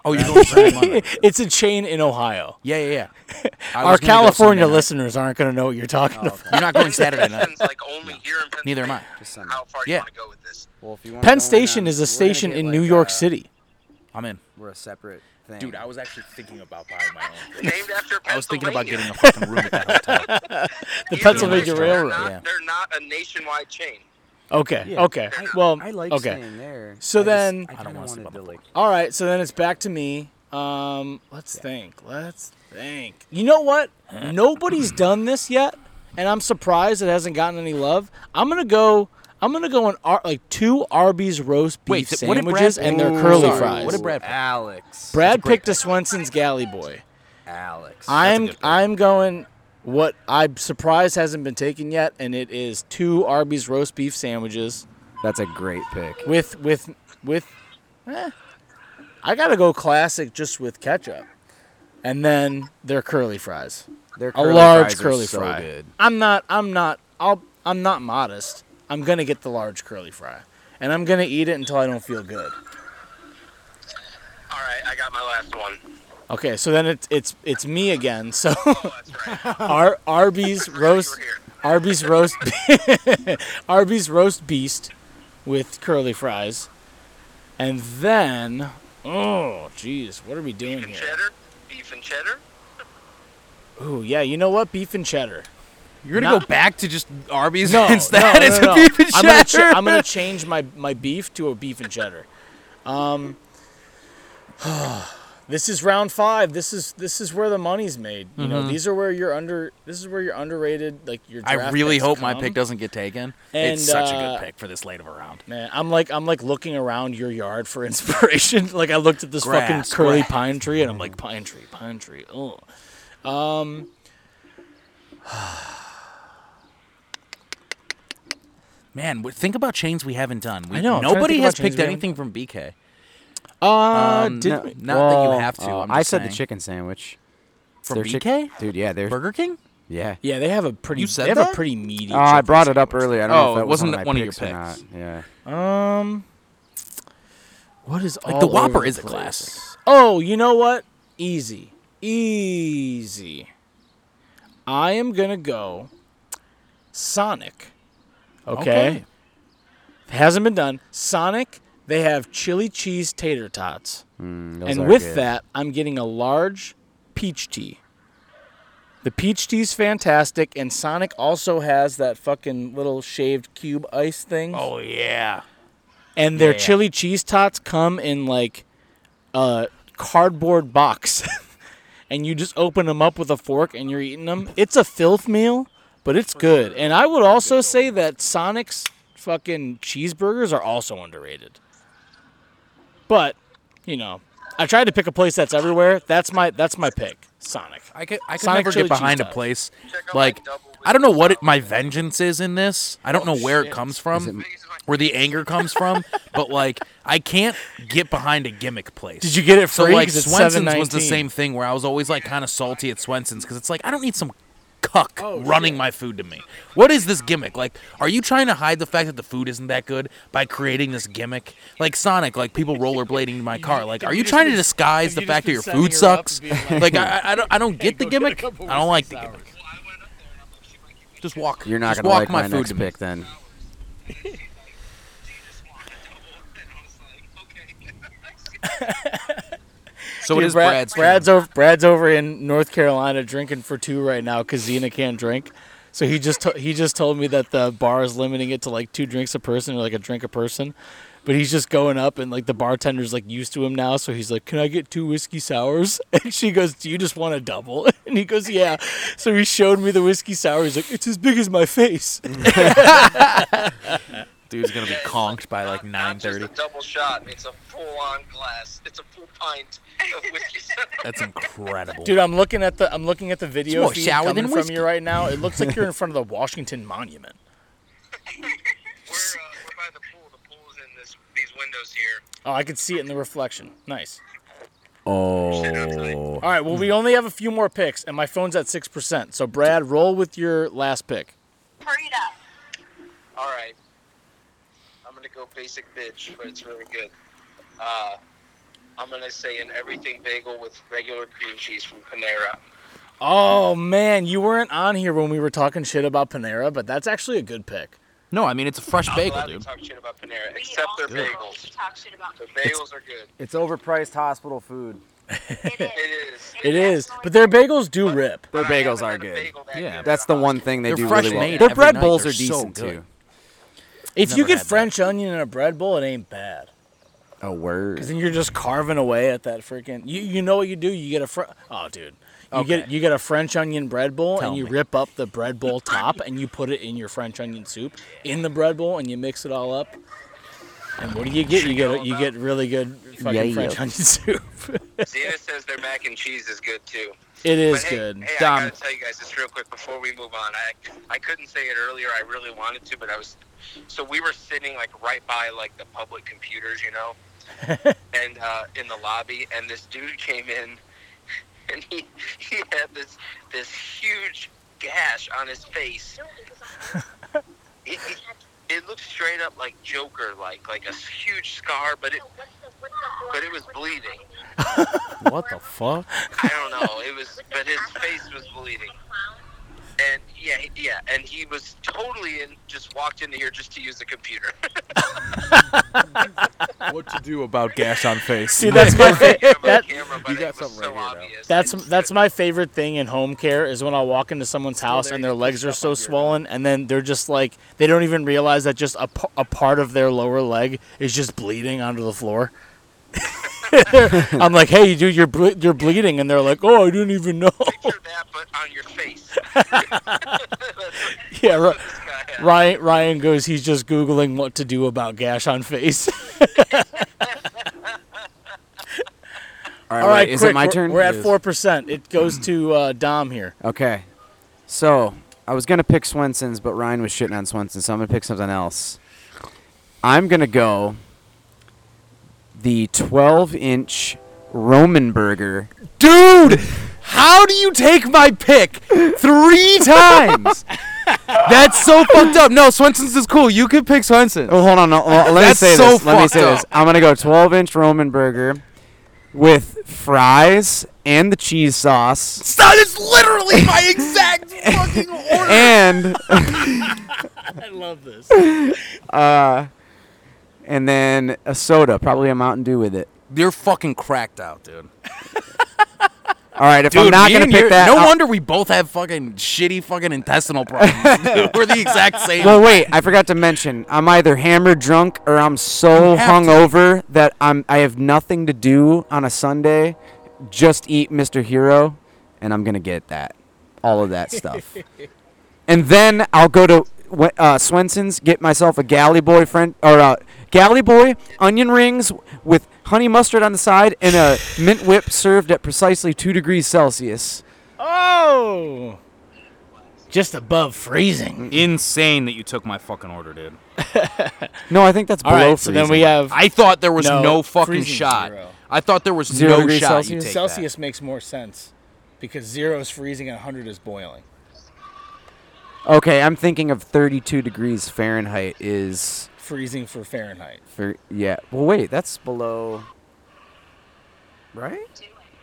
S3: Oh, you're going Sunday, Monday.
S2: it's a chain in Ohio.
S3: Yeah, yeah, yeah. I
S2: Our
S3: was gonna go
S2: California
S3: Sunday night. Oh.
S2: listeners aren't going to know what you're talking about.
S3: You're not going Saturday night.
S5: Swenson's, like only here in
S3: Neither am I.
S5: Pennsylvania.
S4: Just Sunday.
S5: How far
S3: Yeah.
S5: you want to go with this?
S4: Well, if you want
S2: Penn Station is a station in New
S4: uh,
S2: York City.
S3: I'm in.
S4: We're a separate thing.
S3: was actually thinking about buying my own.
S5: Named after Pennsylvania.
S3: I was thinking about getting a fucking room at that hotel.
S2: The
S5: Either
S2: Pennsylvania
S5: way,
S2: Railroad.
S5: They're not,
S3: Yeah.
S5: they're not a nationwide chain.
S2: Okay.
S4: Yeah.
S2: Okay. well,
S4: I like
S2: okay.
S4: staying there.
S2: So
S4: I just-
S2: then-
S4: I,
S3: I don't
S4: don't
S3: wanna sleep
S4: want
S3: on
S4: to
S3: the
S4: like.
S2: All right. So then it's back to me. Um, let's think. Let's think. You know what? Nobody's done this yet, and I'm surprised it hasn't gotten any love. I'm gonna go. I'm gonna go on ar- like two Arby's roast beef
S3: Wait, th- what did Brad
S2: sandwiches and their
S4: Ooh,
S2: curly
S4: sorry.
S2: fries.
S3: What did Brad pick?
S4: Alex.
S2: Brad
S3: great
S2: picked a Swenson's Galley Boy.
S4: Alex.
S2: I'm
S3: good pick.
S2: I'm going what I'm surprised hasn't been taken yet, and it is two Arby's roast beef sandwiches
S4: That's a great pick.
S2: with with with. eh, I gotta go classic just with ketchup, and then their curly fries,
S4: Their
S2: a
S4: curly
S2: large
S4: fries are
S2: curly
S4: so
S2: fry.
S4: Good.
S2: I'm not I'm not I'll I'm not modest. I'm gonna get the large curly fry, and I'm gonna eat it until I don't feel good.
S5: All right, I got my last one.
S2: Okay, so then it's it's it's me again. So
S5: Oh, that's right.
S2: Ar- Arby's roast.
S5: You were here.
S2: Arby's roast be- Arby's roast beast with curly fries. And then oh jeez, what are we doing
S5: Beef and
S2: here?
S5: cheddar. Beef and cheddar.
S2: Ooh, yeah, you know what? Beef and cheddar.
S3: You're gonna go
S2: Not-
S3: back to just Arby's
S2: No,
S3: instead
S2: no, no,
S3: as
S2: no, no.
S3: a beef and
S2: I'm gonna,
S3: cheddar.
S2: cha- I'm gonna change my, my beef to a beef and cheddar. Um, this is round five. This is this is where the money's made. You know, these are where you're under. This is where you're underrated. Like your.
S3: Mm-hmm. I
S2: draft
S3: really
S2: picks
S3: hope my
S2: come.
S3: pick doesn't get taken.
S2: And,
S3: it's such a
S2: uh,
S3: good pick for this late of a round.
S2: Man, I'm like I'm like looking around your yard for inspiration. like I looked at this
S3: Grass,
S2: fucking curly
S3: grass.
S2: pine tree, and I'm like pine tree, pine tree. Oh, um,
S3: Man, w- think about chains we haven't done. We,
S2: I know, I'm trying to
S3: Nobody
S2: think
S3: has
S2: about chains
S3: picked
S2: we haven't-
S3: anything from BK.
S2: uh,
S3: Um,
S2: did
S3: no.
S2: we-
S3: Not that you
S4: Well,
S3: have to.
S4: uh,
S3: I'm
S4: I
S3: just
S4: said
S3: saying.
S4: the chicken sandwich.
S3: From
S4: Their chick-
S3: BK?
S4: dude. Yeah, they're
S3: Burger King?
S4: yeah.
S2: yeah, they have a pretty.
S3: You said
S2: they have
S3: that?
S2: a pretty meaty.
S4: Oh, I
S2: chicken
S4: brought it up
S2: sandwich.
S4: earlier. I don't know
S3: Oh,
S4: if
S3: Uh, it
S4: that was
S3: wasn't
S4: one of, my
S3: one of your
S4: picks or
S3: picks.
S4: not. Yeah.
S2: Um, what is
S3: Like
S2: all
S3: the Whopper
S2: over
S3: is a
S2: place?
S3: classic.
S2: Oh, you know what? Easy, easy. I am gonna go Sonic. Okay.
S3: Okay.
S2: Hasn't been done. Sonic. They have chili cheese tater tots,
S4: Mm, those
S2: and
S4: are
S2: with
S4: good.
S2: that, I'm getting a large peach tea. The peach tea's fantastic, and Sonic also has that fucking little shaved cube ice thing
S3: Oh yeah.
S2: and their
S3: Yeah.
S2: chili cheese tots come in like a cardboard box and you just open them up with a fork and you're eating them it's a filth meal but it's good and i would also say that sonic's fucking cheeseburgers are also underrated but you know i tried to pick a place that's everywhere that's my that's my pick sonic
S3: I could I could
S2: Sonic
S3: never
S2: chili
S3: get behind
S2: cheese
S3: a
S2: tots.
S3: place
S5: Check out my
S3: like
S5: double with
S3: I don't know what it,
S5: the-
S3: my vengeance is in this. I don't
S2: Oh,
S3: know where it comes from, where the anger comes from, but like I can't get behind a gimmick place.
S2: did you get it
S3: so
S2: free
S3: like
S2: 'Cause it's
S3: Swenson's was the
S2: $7.19.
S3: same thing where I was always like kind of salty at Swenson's because it's like I don't need some cuck running my food to me. What is this gimmick? Like, are you trying to hide the fact that the food isn't that good by creating this gimmick? Like Sonic, like people rollerblading in my car. Like, are you trying to disguise the fact that your food sucks? Like, I, I- I don't, I don't get the gimmick. I don't like the gimmick. Just walk.
S4: You're not
S3: just
S4: gonna
S3: walk
S4: like
S3: my
S4: my
S3: food
S4: next
S3: to me.
S4: pick then.
S3: So it
S2: Dude,
S3: is
S2: Brad-
S3: Brad's.
S2: Brad's over. Brad's over in North Carolina drinking for two right now because Zena can't drink. So he just to- he just told me that the bar is limiting it to like two drinks a person or like a drink a person. But he's just going up and like the bartender's like used to him now, so he's like, "Can I get two whiskey sours?" And she goes, "Do you just want a double?" And he goes, "Yeah." So he showed me the whiskey sour. He's like, "It's as big as my face."
S3: Dude's gonna be conked by like
S5: Not
S3: nine
S5: just
S3: thirty.
S5: a double shot. It's a full-on glass. It's a full pint of whiskey.
S3: That's incredible.
S2: Dude, I'm looking at the I'm looking at the video
S3: more
S2: feed
S3: sour
S2: coming
S3: than
S2: from
S3: whiskey.
S2: you right now. It looks like you're in front of the Washington Monument.
S5: we're, uh, we're by the pool. The pool's in this these windows here.
S2: Oh, I could see it in the reflection. Nice.
S4: Oh.
S2: All right. Well, we only have a few more picks, and my phone's at six percent. So, Brad, roll with your last pick.
S6: Hurry it up.
S5: All right. I'm gonna go basic bitch, but it's really good. Uh, I'm gonna say an everything bagel with regular cream cheese from Panera.
S2: Oh man, you weren't on here when we were talking shit about Panera, but that's actually a good pick.
S3: No, I mean it's a fresh
S5: I'm
S3: bagel,
S5: glad we
S3: dude.
S5: talked shit about Panera,
S6: We
S5: except their
S6: also
S5: bagels.
S6: Talk shit about
S5: Their bagels are good.
S4: It's overpriced hospital food.
S6: it. is.
S5: It is.
S2: It is, but their bagels do rip.
S4: Their
S5: I haven't
S4: bagels are
S5: had a
S4: good.
S5: bagel that
S3: Yeah.
S5: good
S4: That's
S5: in
S4: the
S5: a
S4: one
S5: hot-
S4: thing they
S3: They're
S4: do
S3: fresh
S4: really well.
S3: made
S4: Their
S3: every
S4: bread
S3: night.
S4: bowls
S3: They're
S4: are
S3: so
S4: decent
S3: good.
S4: too.
S2: If you
S3: Never
S2: get
S3: had that.
S2: French onion in a bread bowl, it ain't bad.
S4: A
S2: Cause
S4: word.
S2: then you're just carving away at that freaking. You you know what you do? You get a fr- oh dude. You get
S3: Okay.
S2: you get a French onion bread bowl
S3: Tell
S2: and you
S3: me.
S2: rip up the bread bowl top and you put it in your French onion soup in the bread bowl and you mix it all up. And what do you get? You get a- you get really good fucking
S4: Yeah, yeah.
S2: French onion soup.
S5: Zena says their mac and cheese is good too.
S2: it is
S5: But hey,
S2: good.
S5: Hey,
S3: Dom.
S5: I gotta tell you guys this real quick before we move on. I I couldn't say it earlier. I really wanted to, but I was. So we were sitting like right by like the public computers, you know, and uh, in the lobby, and this dude came in, and he he had this this huge gash on his face. It, it, it looked straight up like Joker, like like a huge scar, but it but it was bleeding.
S3: What the fuck?
S5: I don't know. It was, but his face was bleeding. And yeah, he- yeah, and he was totally in. Just walked into here just to use the computer.
S3: what to do about gas on face.
S2: See, that's my fa-
S5: Camera,
S2: that,
S5: camera, but
S3: you
S5: it
S3: got
S5: was
S3: something
S5: so
S3: right here, though.
S5: obvious.
S2: that's
S5: It's-
S2: that's my favorite thing in home care is when I walk into someone's house
S3: there,
S2: and
S3: you
S2: their
S3: can
S2: legs
S3: push it
S2: are
S3: up
S2: so
S3: under it.
S2: swollen, and then they're just like they don't even realize that just a, p- a part of their lower leg is just bleeding onto the floor. I'm like, hey, dude, you're ble- you're bleeding, and they're like, oh, I didn't even know.
S5: picture that, but on your face. That's what
S2: yeah, Ri-
S5: this guy had.
S2: Ryan Ryan goes, he's just googling what to do about gash on face.
S4: All right,
S2: All right,
S4: wait, is
S2: quick,
S4: it my
S2: we're,
S4: turn?
S2: We're at
S4: It is.
S2: four percent. It goes to uh, Dom here.
S4: Okay. So I was gonna pick Swenson's, but Ryan was shitting on Swenson, so I'm gonna pick something else. I'm gonna go the 12 inch Roman burger.
S3: Dude, how do you take my pick three
S4: Times.
S3: That's so fucked up. No, Swenson's is cool. You could pick Swenson.
S4: oh, hold on. no, let me
S3: That's
S4: say
S3: so
S4: this. Let me
S3: fucked
S4: say this.
S3: up.
S4: I'm gonna go 12 inch Roman burger with fries and the cheese sauce
S3: That is literally my exact fucking order.
S4: and
S2: I love this.
S4: Uh, and then a soda, probably a Mountain Dew with it.
S3: You're fucking cracked out, dude.
S4: All right, if
S3: Dude,
S4: I'm not
S3: me
S4: gonna
S3: and
S4: pick
S3: you-
S4: that,
S3: No
S4: I'll-
S3: wonder we both have fucking shitty fucking intestinal problems. dude. We're the exact same.
S4: Well, Oh, wait, I forgot to mention. I'm either hammered drunk or I'm so
S3: You have to.
S4: hungover that I'm I have nothing to do on a Sunday. Just eat Mr. Hero, and I'm gonna get that, all of that stuff. and then I'll go to Wen- uh, Swenson's, get myself a galley boy friend or uh, galley boy onion rings with honey mustard on the side and a mint whip served at precisely two degrees Celsius.
S2: Oh, just above freezing.
S7: Insane that you took my fucking order, dude.
S4: No, I think that's
S2: All
S4: below
S2: right, so
S4: freezing.
S2: then we have
S7: I thought there was
S2: No,
S7: no, fucking
S2: freezing
S7: shot.
S2: zero.
S7: I thought there was
S4: Zero
S7: no
S4: degrees
S7: shot you
S4: Celsius?
S7: take
S2: Celsius makes more sense because zero is freezing and 100 is boiling.
S4: Okay, I'm thinking of 32 degrees Fahrenheit is
S2: Freezing for Fahrenheit.
S4: for yeah. Well, wait, that's below. Right?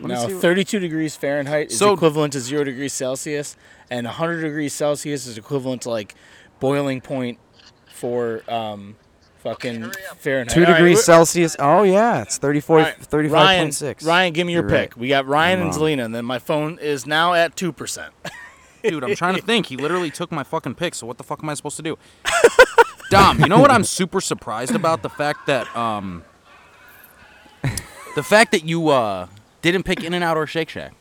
S4: Let me
S2: Now,
S4: see what-
S2: 32 degrees Fahrenheit is
S7: So-
S2: equivalent to zero degrees Celsius, and 100 degrees Celsius is equivalent to like boiling point for um, fucking Fahrenheit.
S4: Two
S2: All right,
S4: degrees
S2: we're-
S4: Celsius. Oh yeah, it's 34,
S2: all right,
S4: 35.6.
S2: Ryan, Ryan, give me your
S4: You're right.
S2: pick. We got Ryan
S4: I'm
S2: and
S4: wrong.
S2: Zelina, and then my phone is now at 2%.
S7: that. Dude, I'm trying to think. He literally took my fucking pick, so what the fuck am I supposed to do? Dom, you know what I'm super surprised about? The fact that um the fact that you uh didn't pick In and Out or Shake Shack.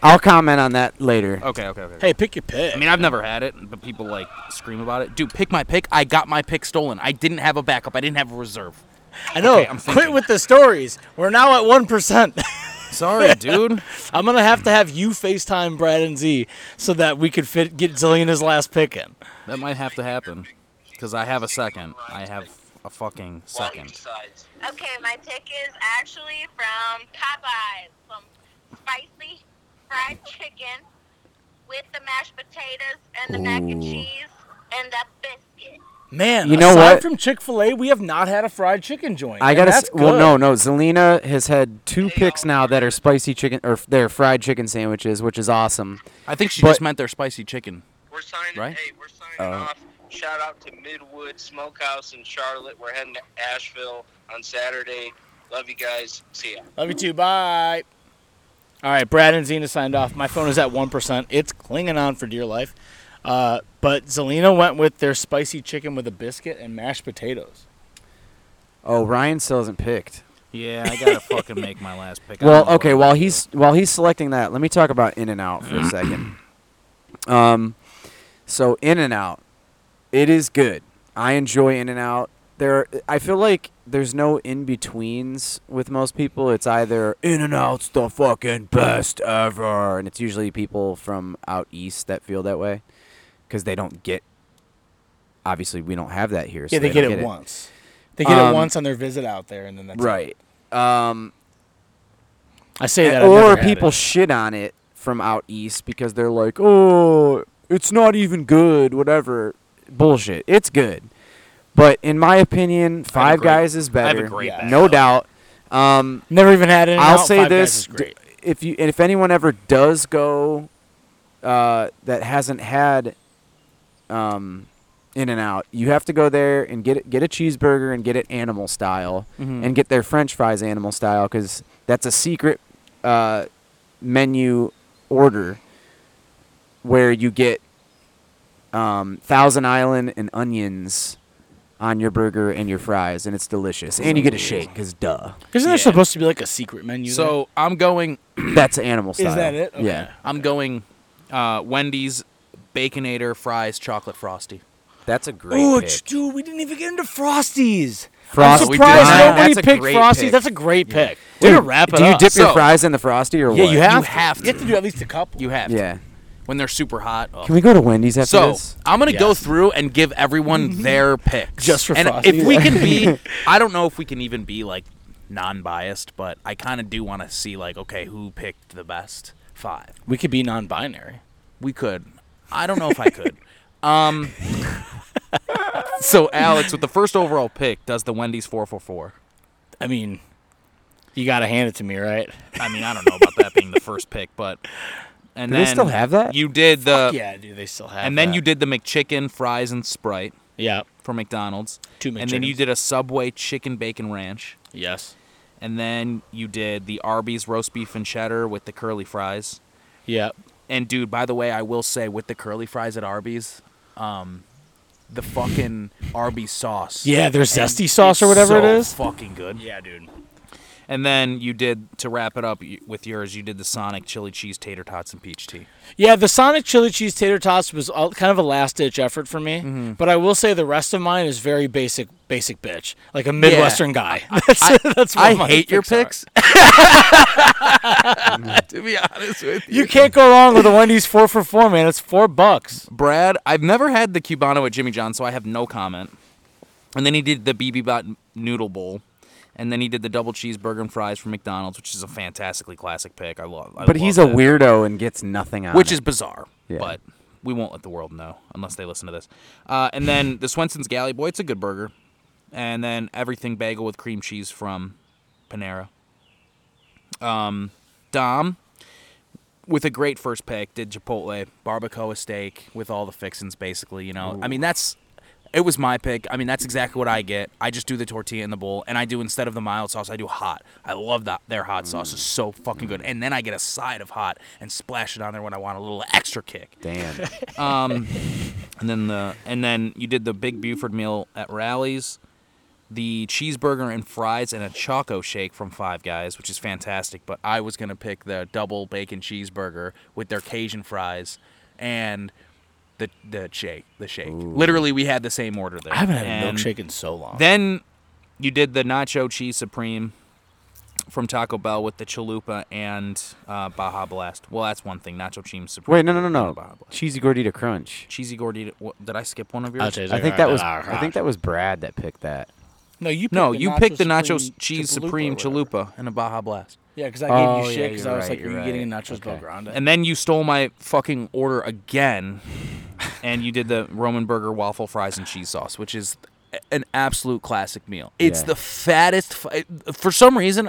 S4: I'll comment on that later.
S7: Okay, okay, okay.
S2: hey, pick your pick.
S7: I mean, I've never had it, but people like scream about it. Dude, pick my pick. I got my pick stolen. I didn't have a backup. I didn't have a reserve.
S2: I know.
S7: okay, I'm
S2: quit
S7: thinking.
S2: with the stories. We're now at 1%.
S7: Sorry, dude.
S2: I'm gonna have to have you FaceTime Brad and Z so that we could fit get Zelina's last pick in.
S7: That might have to happen because I have a second. I have a fucking
S5: While he
S7: second.
S5: decides.
S6: Okay, my pick is actually from Popeyes. Some spicy fried chicken with the mashed potatoes and the mac and cheese and the biscuit.
S2: Man,
S4: You know
S2: aside
S4: what?
S2: from Chick Fil A, we have not had a fried chicken joint.
S4: I
S2: and
S4: gotta.
S2: that's
S4: s- well,
S2: good.
S4: no, no. Zelina has had two picks now that are spicy chicken or f- they're fried chicken sandwiches, which is awesome.
S7: I think she
S4: But-
S7: just meant their spicy chicken.
S5: We're signing.
S7: Right? Oh.
S5: Hey, we're signing off. Shout out to Midwood Smokehouse in Charlotte. We're heading to Asheville on Saturday. Love you guys. See ya.
S2: Love you too. Bye. All right, Brad and Zena signed off. My phone is at one percent. It's clinging on for dear life. Uh, but Zelina went with their spicy chicken with a biscuit and mashed potatoes.
S4: Oh, Ryan still hasn't picked.
S7: Yeah, I gotta fucking make my last pick. I don't
S4: Well,
S7: know
S4: okay.
S7: what
S4: While
S7: I'm
S4: he's while he's selecting that, let me talk about In and Out for a second. Um, so In and Out, it is good. I enjoy In and Out. There, I feel like there's no in betweens with most people. It's either In and Out's the fucking best ever, and it's usually people from out east that feel that way because they don't get. Obviously, we don't have that here. So
S2: Yeah, they,
S4: don't
S2: get, it,
S4: get
S2: once. They get
S4: Um,
S2: it once on their visit out there, and then that's it.
S4: Right. Um,
S2: I say that. I've
S4: or
S2: never had
S4: people
S2: it.
S4: shit on it from out east because they're like, "Oh, it's not even good." Whatever, bullshit. It's good, but in my opinion, Five
S7: great-
S4: Guys is
S7: I have
S4: better.
S7: a great
S2: Yeah.
S4: no doubt. Um,
S2: never even had it.
S4: I'll say this:
S2: Guys
S4: d-
S2: is great.
S4: if you and if anyone ever does go, uh, that hasn't had, um, In and Out. You have to go there and get it, get a cheeseburger and get it animal style,
S2: Mm-hmm.
S4: and get their French fries animal style because that's a secret uh, menu order where you get um, Thousand Island and onions on your burger and your fries, and it's delicious. And you get a shake because duh,
S2: Isn't there supposed to be like a secret menu?
S3: So I'm going.
S4: that's animal style.
S2: that it? Okay.
S4: Yeah,
S3: I'm going. Uh, Wendy's, baconator, fries, chocolate frosty.
S4: that's a great.
S2: Oh,
S4: pick.
S2: dude, we didn't even get into Frosties.
S4: Frosty.
S2: I'm
S3: we
S2: surprised
S3: did not.
S2: nobody
S4: That's a
S2: picked
S4: great
S2: Frosties.
S4: pick.
S2: That's a great pick.
S4: Dude,
S2: Way to wrap it
S4: do you
S2: up.
S4: dip your
S3: So-
S4: fries in the frosty or
S2: yeah,
S4: what?
S2: you have,
S3: You have
S2: You have to do at least a couple.
S3: You have to
S4: Yeah.
S3: when they're super hot. Oh.
S4: Can we go to Wendy's after
S3: So
S4: this?
S3: I'm gonna go
S2: Yes.
S3: through and give everyone their picks.
S2: Just for
S3: and
S2: Frosty.
S3: if we can be, I don't know if we can even be like non-biased, but I kind of do want to see like okay who picked the best five.
S2: we could be non-binary.
S3: We could. I don't know if I could. Um. so Alex, with the first overall pick, does the Wendy's four four four?
S2: I mean, you got to hand it to me, right?
S3: I mean, I don't know about that being the first pick, but and
S4: Do
S3: then
S4: they still have that?
S3: you did the
S2: yeah, dude, they still have.
S3: and then
S2: that.
S3: you did the McChicken, fries, and Sprite
S2: Yeah.
S3: for McDonald's.
S2: Two
S3: And then you
S2: McChickens.
S3: did a Subway chicken bacon ranch.
S2: Yes.
S3: And then you did the Arby's roast beef and cheddar with the curly fries.
S2: Yep.
S3: And dude, by the way, I will say with the curly fries at Arby's, um, the fucking Arby's sauce.
S2: Yeah, their zesty sauce
S3: It's
S2: or whatever it
S3: so
S2: is.
S3: Fucking good.
S2: Yeah, dude.
S3: And then you did to wrap it up y- with yours. You did the Sonic chili cheese tater tots and peach tea.
S2: Yeah, the Sonic chili cheese tater tots was all, kind of a last ditch effort for me,
S4: Mm-hmm.
S2: but I will say the rest of mine is very basic, basic bitch, like a Midwestern guy. That's that's what
S3: I
S2: my
S3: hate your
S2: are.
S3: picks. to be honest with you,
S2: You can't go wrong with a Wendy's four for four, man. It's four bucks.
S3: Brad, I've never had the Cubano at Jimmy John's, so I have no comment. And then he did the BB Bot Noodle Bowl. And then he did the double cheeseburger and fries from McDonald's, which is a fantastically classic pick. I love. I
S4: But he's a
S3: love that.
S4: weirdo and gets nothing on
S3: which
S4: it.
S3: is bizarre.
S4: Yeah.
S3: But we won't let the world know unless they listen to this. Uh, and then the Swenson's Galley Boy, it's a good burger. And then everything bagel with cream cheese from Panera. Um, Dom, with a great first pick, did Chipotle barbacoa steak with all the fixins, basically. You know, I mean that's. It was my pick. I mean, that's exactly what I get. I just do the tortilla in the bowl, and I do instead of the mild sauce, I do hot. I love that their hot sauce is so fucking good. And then I get a side of hot and splash it on there when I want a little extra kick.
S4: damn.
S3: And then the and then you did the big Buford meal at Rally's, the cheeseburger and fries and a choco shake from Five Guys, which is fantastic. But I was gonna pick the double bacon cheeseburger with their Cajun fries and the the shake. The shake. Literally, we had the same order there.
S2: I haven't had a
S3: And
S2: milkshake in so long.
S3: Then you did the nacho cheese supreme from Taco Bell with the chalupa and uh, Baja Blast. Well, that's one thing. Nacho cheese supreme.
S4: Wait, no, no, no,
S3: and
S4: no.
S3: Baja Blast.
S4: Cheesy gordita crunch.
S3: Cheesy gordita. What, did I skip one of yours?
S2: I'll tell you
S4: I think that was. I think that was Brad that picked that.
S2: No, you picked
S3: No,
S2: the
S3: you
S2: nacho
S3: picked the nacho
S2: supreme chalupa
S3: cheese
S2: or
S3: supreme
S2: whatever.
S3: chalupa and a Baja Blast.
S2: Yeah, because I gave
S4: Oh,
S2: you
S4: yeah,
S2: shit because
S4: you're
S2: I was
S4: right,
S2: like, "Are you
S4: you're
S2: getting a
S4: right.
S2: nachos
S4: Okay.
S2: Belgrande?"
S3: And then you stole my fucking order again and you did the Roman burger waffle fries and cheese sauce, which is an absolute classic meal. It's
S4: Yeah.
S3: the fattest fu- for some reason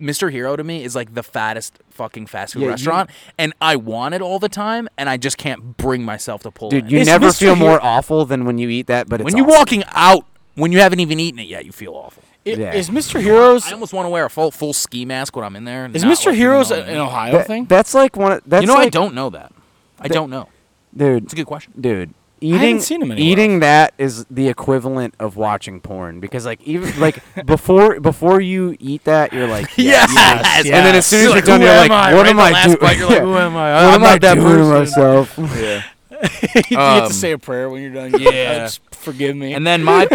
S3: Mr. Hero to me is like the fattest fucking fast food
S4: Yeah, you-
S3: restaurant and I want it all the time and I just can't bring myself to pull
S4: Dude,
S3: in.
S4: you
S2: It's
S4: never
S2: Mr.
S4: feel
S2: Hero-
S4: more awful than when you eat that. But it's
S3: when you're
S4: awesome.
S3: walking out when you haven't even eaten it yet, you feel awful.
S2: It-
S4: Yeah.
S2: is Mr. Heroes
S3: I almost want to wear a full full ski mask when I'm in there. and
S2: is Mr.
S3: not let people
S2: Heroes
S3: know
S2: a-
S3: I'm in
S2: an
S3: there.
S2: Ohio
S4: That-
S2: thing?
S4: that's like one. Of, that's
S3: you know,
S4: like,
S3: I don't know that. I don't know.
S4: dude.
S3: It's a good question.
S4: dude
S2: haven't
S4: eating
S2: seen him anywhere
S4: eating that is the equivalent of watching porn because like even like before before you eat that you're like yeah,
S2: Yes,
S4: and then as soon as you're done you're like what am I doing
S2: "Who am I?
S4: what am I
S2: that
S4: doing to
S2: person."
S4: myself
S2: you have
S3: Um,
S2: to say a prayer when you're done.
S3: yeah.
S2: "Just forgive me.
S3: And then my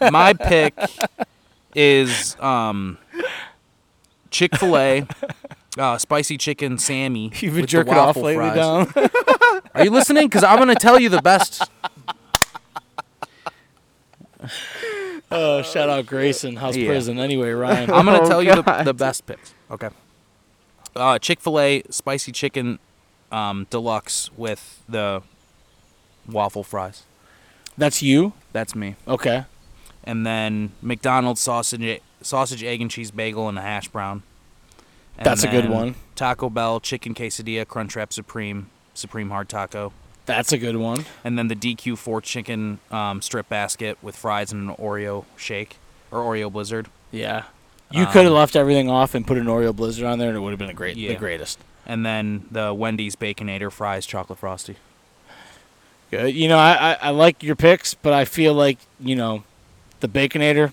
S3: my pick is um, Chick Fil A, uh, spicy chicken Sammy.
S2: You've
S3: with
S2: been
S3: the
S2: jerking off
S3: waffle
S2: lately,
S3: fries.
S2: down.
S3: Are you listening? Because I'm gonna tell you the best.
S2: oh, shout out Grayson, House
S4: Yeah.
S2: Prison. Anyway, Ryan.
S3: I'm
S4: Oh,
S3: gonna tell you the, the best picks. Okay. Uh, Chick Fil A spicy chicken um, deluxe with the waffle fries.
S2: That's you.
S3: That's me.
S2: Okay.
S3: and then McDonald's sausage sausage egg and cheese bagel and a hash brown. And
S2: That's a good
S3: then
S2: one.
S3: Taco Bell chicken quesadilla crunchwrap supreme supreme hard taco.
S2: That's a good one.
S3: and then the DQ4 chicken um, strip basket with fries and an Oreo shake or Oreo blizzard.
S2: Yeah. You
S3: Um,
S2: could have left everything off and put an Oreo blizzard on there, and it would have been a great, the
S3: Yeah.
S2: greatest.
S3: And then the Wendy's Baconator fries chocolate frosty.
S2: Good. Uh, You know, I, I, I like your picks, but I feel like you know, the Baconator,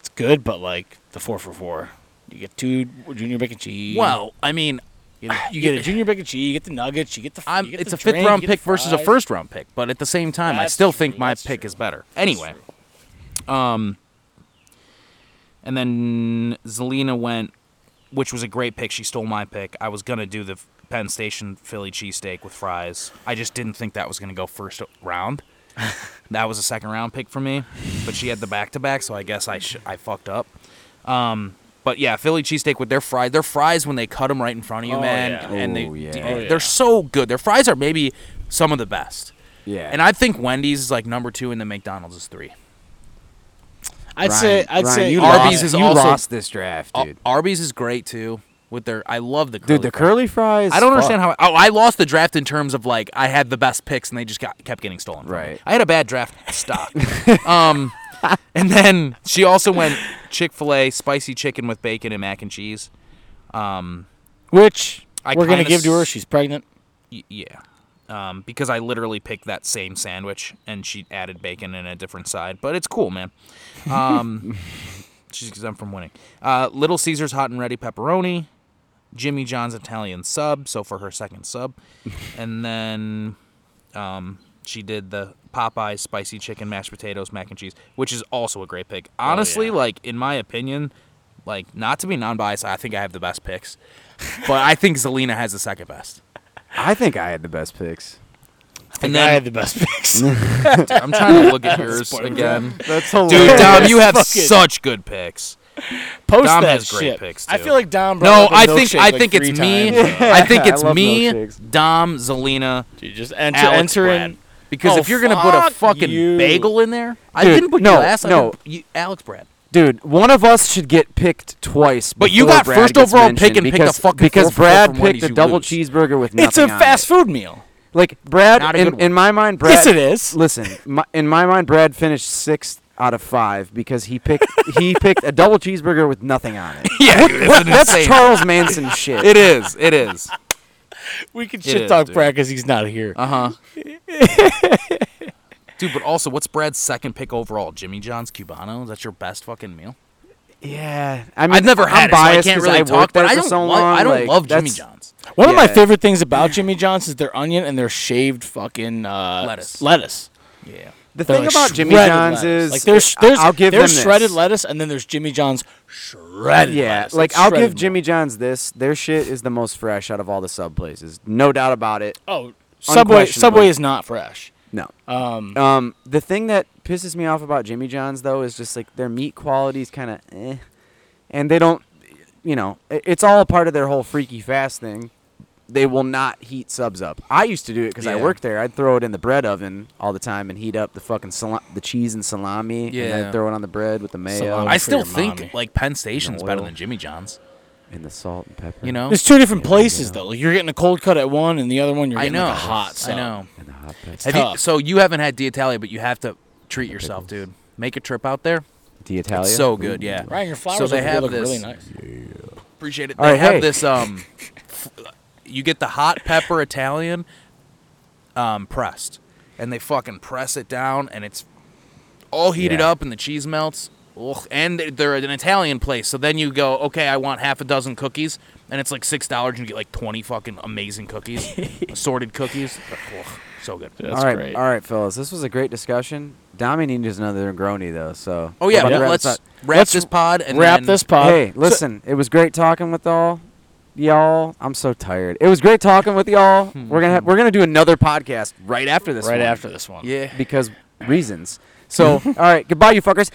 S2: it's good, but like the four for four, you get two junior bacon cheese.
S3: Well, I mean,
S2: you get, you get a junior bacon cheese, you get the nuggets, you get the. f-
S3: I'm,
S2: you get
S3: it's
S2: the
S3: a fifth
S2: drink,
S3: round
S2: you get
S3: pick
S2: the
S3: versus a
S2: fries.
S3: first round pick, but at the same time, I
S2: That's
S3: still
S2: true,
S3: think my
S2: that's
S3: pick
S2: true.
S3: is better. Anyway, um, and then Zelina went, which was a great pick. She stole my pick. I was gonna do the Penn Station Philly cheesesteak with fries. I just didn't think that was gonna go first round. that was a second round pick for me, but she had the back to back, so I guess I sh- I fucked up. Um, but yeah, Philly cheesesteak with their fries. Their fries when they cut them right in front of you,
S2: Oh,
S3: man,
S2: yeah.
S3: and they
S4: Oh, yeah.
S3: they're
S2: Oh, yeah.
S3: so good. Their fries are maybe some of the best.
S4: Yeah.
S3: And I think Wendy's is like number two, and then McDonald's is three.
S2: I'd
S4: Ryan-
S2: say I'd
S4: Ryan,
S2: say
S4: you
S3: Arby's
S4: lost,
S3: is
S4: you
S3: also-
S4: lost this draft,
S3: Ar-
S4: dude.
S3: Arby's is great too. With their, I love the curly
S4: dude, the
S3: fries.
S4: curly fries.
S3: I don't understand
S4: fuck.
S3: how. Oh, I lost the draft in terms of like I had the best picks and they just got kept getting stolen. from me.
S4: Right.
S3: I had a bad draft stock. um, and then she also went Chick Fil A spicy chicken with bacon and mac and cheese. Um,
S2: which
S3: I
S2: we're gonna
S3: kinda
S2: give to her.
S3: s-
S2: She's pregnant.
S3: y- yeah. Um, because I literally picked that same sandwich and she added bacon in a different side, but it's cool, man. Um, she's exempt from winning. Uh, Little Caesars hot and ready pepperoni, Jimmy John's Italian sub, so for her second sub, and then um, she did the Popeyes spicy chicken mashed potatoes mac and cheese, which is also a great pick. Honestly, like in my opinion, like not to be non-biased, I think I have the best picks, but I think Zelina has the second best.
S4: I think I had the best picks.
S3: And
S2: The guy
S3: then-
S2: had the best picks.
S3: I'm trying to look at yours again.
S4: That's hilarious.
S3: Dude, Dom, you have
S2: Fucking-
S3: such good picks.
S2: Post
S3: Dom
S2: that
S3: has great
S2: shit.
S3: picks,
S2: I
S3: too.
S2: feel like Dom.
S3: No,
S2: brought up a
S3: I think
S2: milkshake,
S3: I
S2: like,
S3: think it's
S2: three
S3: me.
S2: times.
S3: I think
S4: I
S3: it's
S4: love
S3: me,
S4: milkshakes.
S3: Dom, Zelina,
S2: Dude, just enter,
S3: Alex,
S2: enter
S3: Brad.
S2: in.
S3: Because
S2: Oh,
S3: if you're gonna put a
S2: fuck
S3: fucking
S2: you.
S3: bagel in there, I
S4: Dude,
S3: didn't put
S4: no,
S3: your ass. I
S4: no.
S3: put you, Alex, Brad.
S4: Dude, one of us should get picked twice.
S3: But you
S4: before
S3: got
S4: Brad
S3: first
S4: gets
S3: overall
S4: mentioned
S3: pick and picked a
S4: because,
S3: fucking
S4: because
S3: four for four
S4: Brad
S3: from
S4: picked
S3: Wendy's,
S4: a
S3: you
S4: double
S3: lose.
S4: cheeseburger with
S2: It's
S4: nothing
S2: a
S4: on
S2: fast
S4: it.
S2: food meal.
S4: Like Brad,
S3: Not a
S4: in,
S3: good one.
S4: in my mind, Brad.
S2: Yes, it is.
S4: Listen, my, in my mind, Brad finished sixth out of five because he picked he picked a double cheeseburger with nothing on it.
S3: Yeah, dude, it's an
S4: That's
S3: insane-
S4: Charles Manson shit.
S3: It is. It is.
S2: We can
S3: is,
S2: shit talk
S3: dude.
S2: Brad because he's not here.
S3: Uh huh. Dude, but also, what's Brad's second pick overall? Jimmy John's Cubano. That's your best fucking meal.
S4: yeah, I mean,
S3: I've never
S4: I'm
S3: had it, so I
S4: biased
S3: can't
S4: 'cause
S3: really
S4: I
S3: talk.
S4: worked
S3: But
S4: there
S3: I
S4: for
S3: don't.
S4: so
S3: lo- I
S4: long,
S3: don't
S4: like,
S3: love Jimmy
S4: that's-
S3: John's.
S2: One of my
S4: Yeah.
S2: favorite things about Jimmy John's is their onion and their shaved fucking uh,
S3: Lettuce.
S2: Lettuce.
S3: Yeah.
S4: The
S2: They're
S4: thing
S2: like
S4: about Jimmy
S2: shredded
S4: John's
S2: lettuce.
S4: is
S2: like there's there's
S4: I'll give
S2: there's
S4: them
S2: shredded
S4: this.
S2: lettuce and then there's Jimmy John's shredded
S4: Yeah,
S2: lettuce.
S4: like I'll give
S2: shredded
S4: Jimmy John's this. Their shit is the most fresh out of all the sub places, no doubt about it.
S2: Oh, Subway Subway
S4: Unquestionably.
S2: is not fresh.
S4: No.
S2: Um,
S4: Um, the thing that pisses me off about Jimmy John's though is just like their meat quality is kind of, eh. and they don't, you know, i- it's all a part of their whole freaky fast thing. They will not heat subs up. I used to do it because I
S3: Yeah.
S4: worked there. I'd throw it in the bread oven all the time and heat up the fucking sala- the cheese and salami, and
S3: Yeah.
S4: then throw it on the bread with the mayo
S2: Salami.
S3: I
S2: for
S3: still
S2: your
S3: think
S2: mommy.
S3: like Penn Station's
S4: And
S3: better
S4: oil.
S3: than Jimmy John's.
S4: and the salt and pepper.
S3: You know,
S2: there's two different places though. Like you're getting a cold cut at one, and the other one you're
S3: I
S2: getting
S3: know.
S2: like, a hot.
S3: I
S2: sub.
S3: know.
S4: and the hot pepper.
S3: Have you-
S2: tough.
S3: so you haven't had D'Italia, but you have to treat yourself,
S4: pickles.
S3: dude. Make a trip out there.
S4: The Italian.
S3: so good, yeah.
S2: Ryan, your
S3: So
S2: flowers over
S3: they
S2: here
S3: have
S2: look
S3: this-
S2: really nice.
S3: Appreciate it. They
S4: All right,
S3: have
S4: hey.
S3: this. Um, f- you get the hot pepper Italian, um, pressed, and they fucking press it down, and it's all heated
S4: Yeah.
S3: up, and the cheese melts. Ugh. And they're an Italian place, so then you go, okay, I want half a dozen cookies, and it's like six dollars, and you get like twenty fucking amazing cookies, assorted cookies. Ugh, so good.
S2: That's
S4: all right,
S2: great.
S4: all right, fellas. This was a great discussion. Dominic needs another Negroni though. So.
S3: Oh yeah,
S4: We're about to
S3: well,
S4: wrap
S3: let's
S4: this up.
S3: wrap this pod and
S2: Wrap
S3: then-
S2: this pod.
S4: hey,
S2: Uh, So-
S4: listen, it was great talking with all y'all. I'm so tired. It was great talking with y'all. we're gonna ha- we're gonna do another podcast right after this.
S2: Hmm, right
S4: one
S2: after this one.
S3: Yeah.
S4: because reasons. So, all right, goodbye, you fuckers.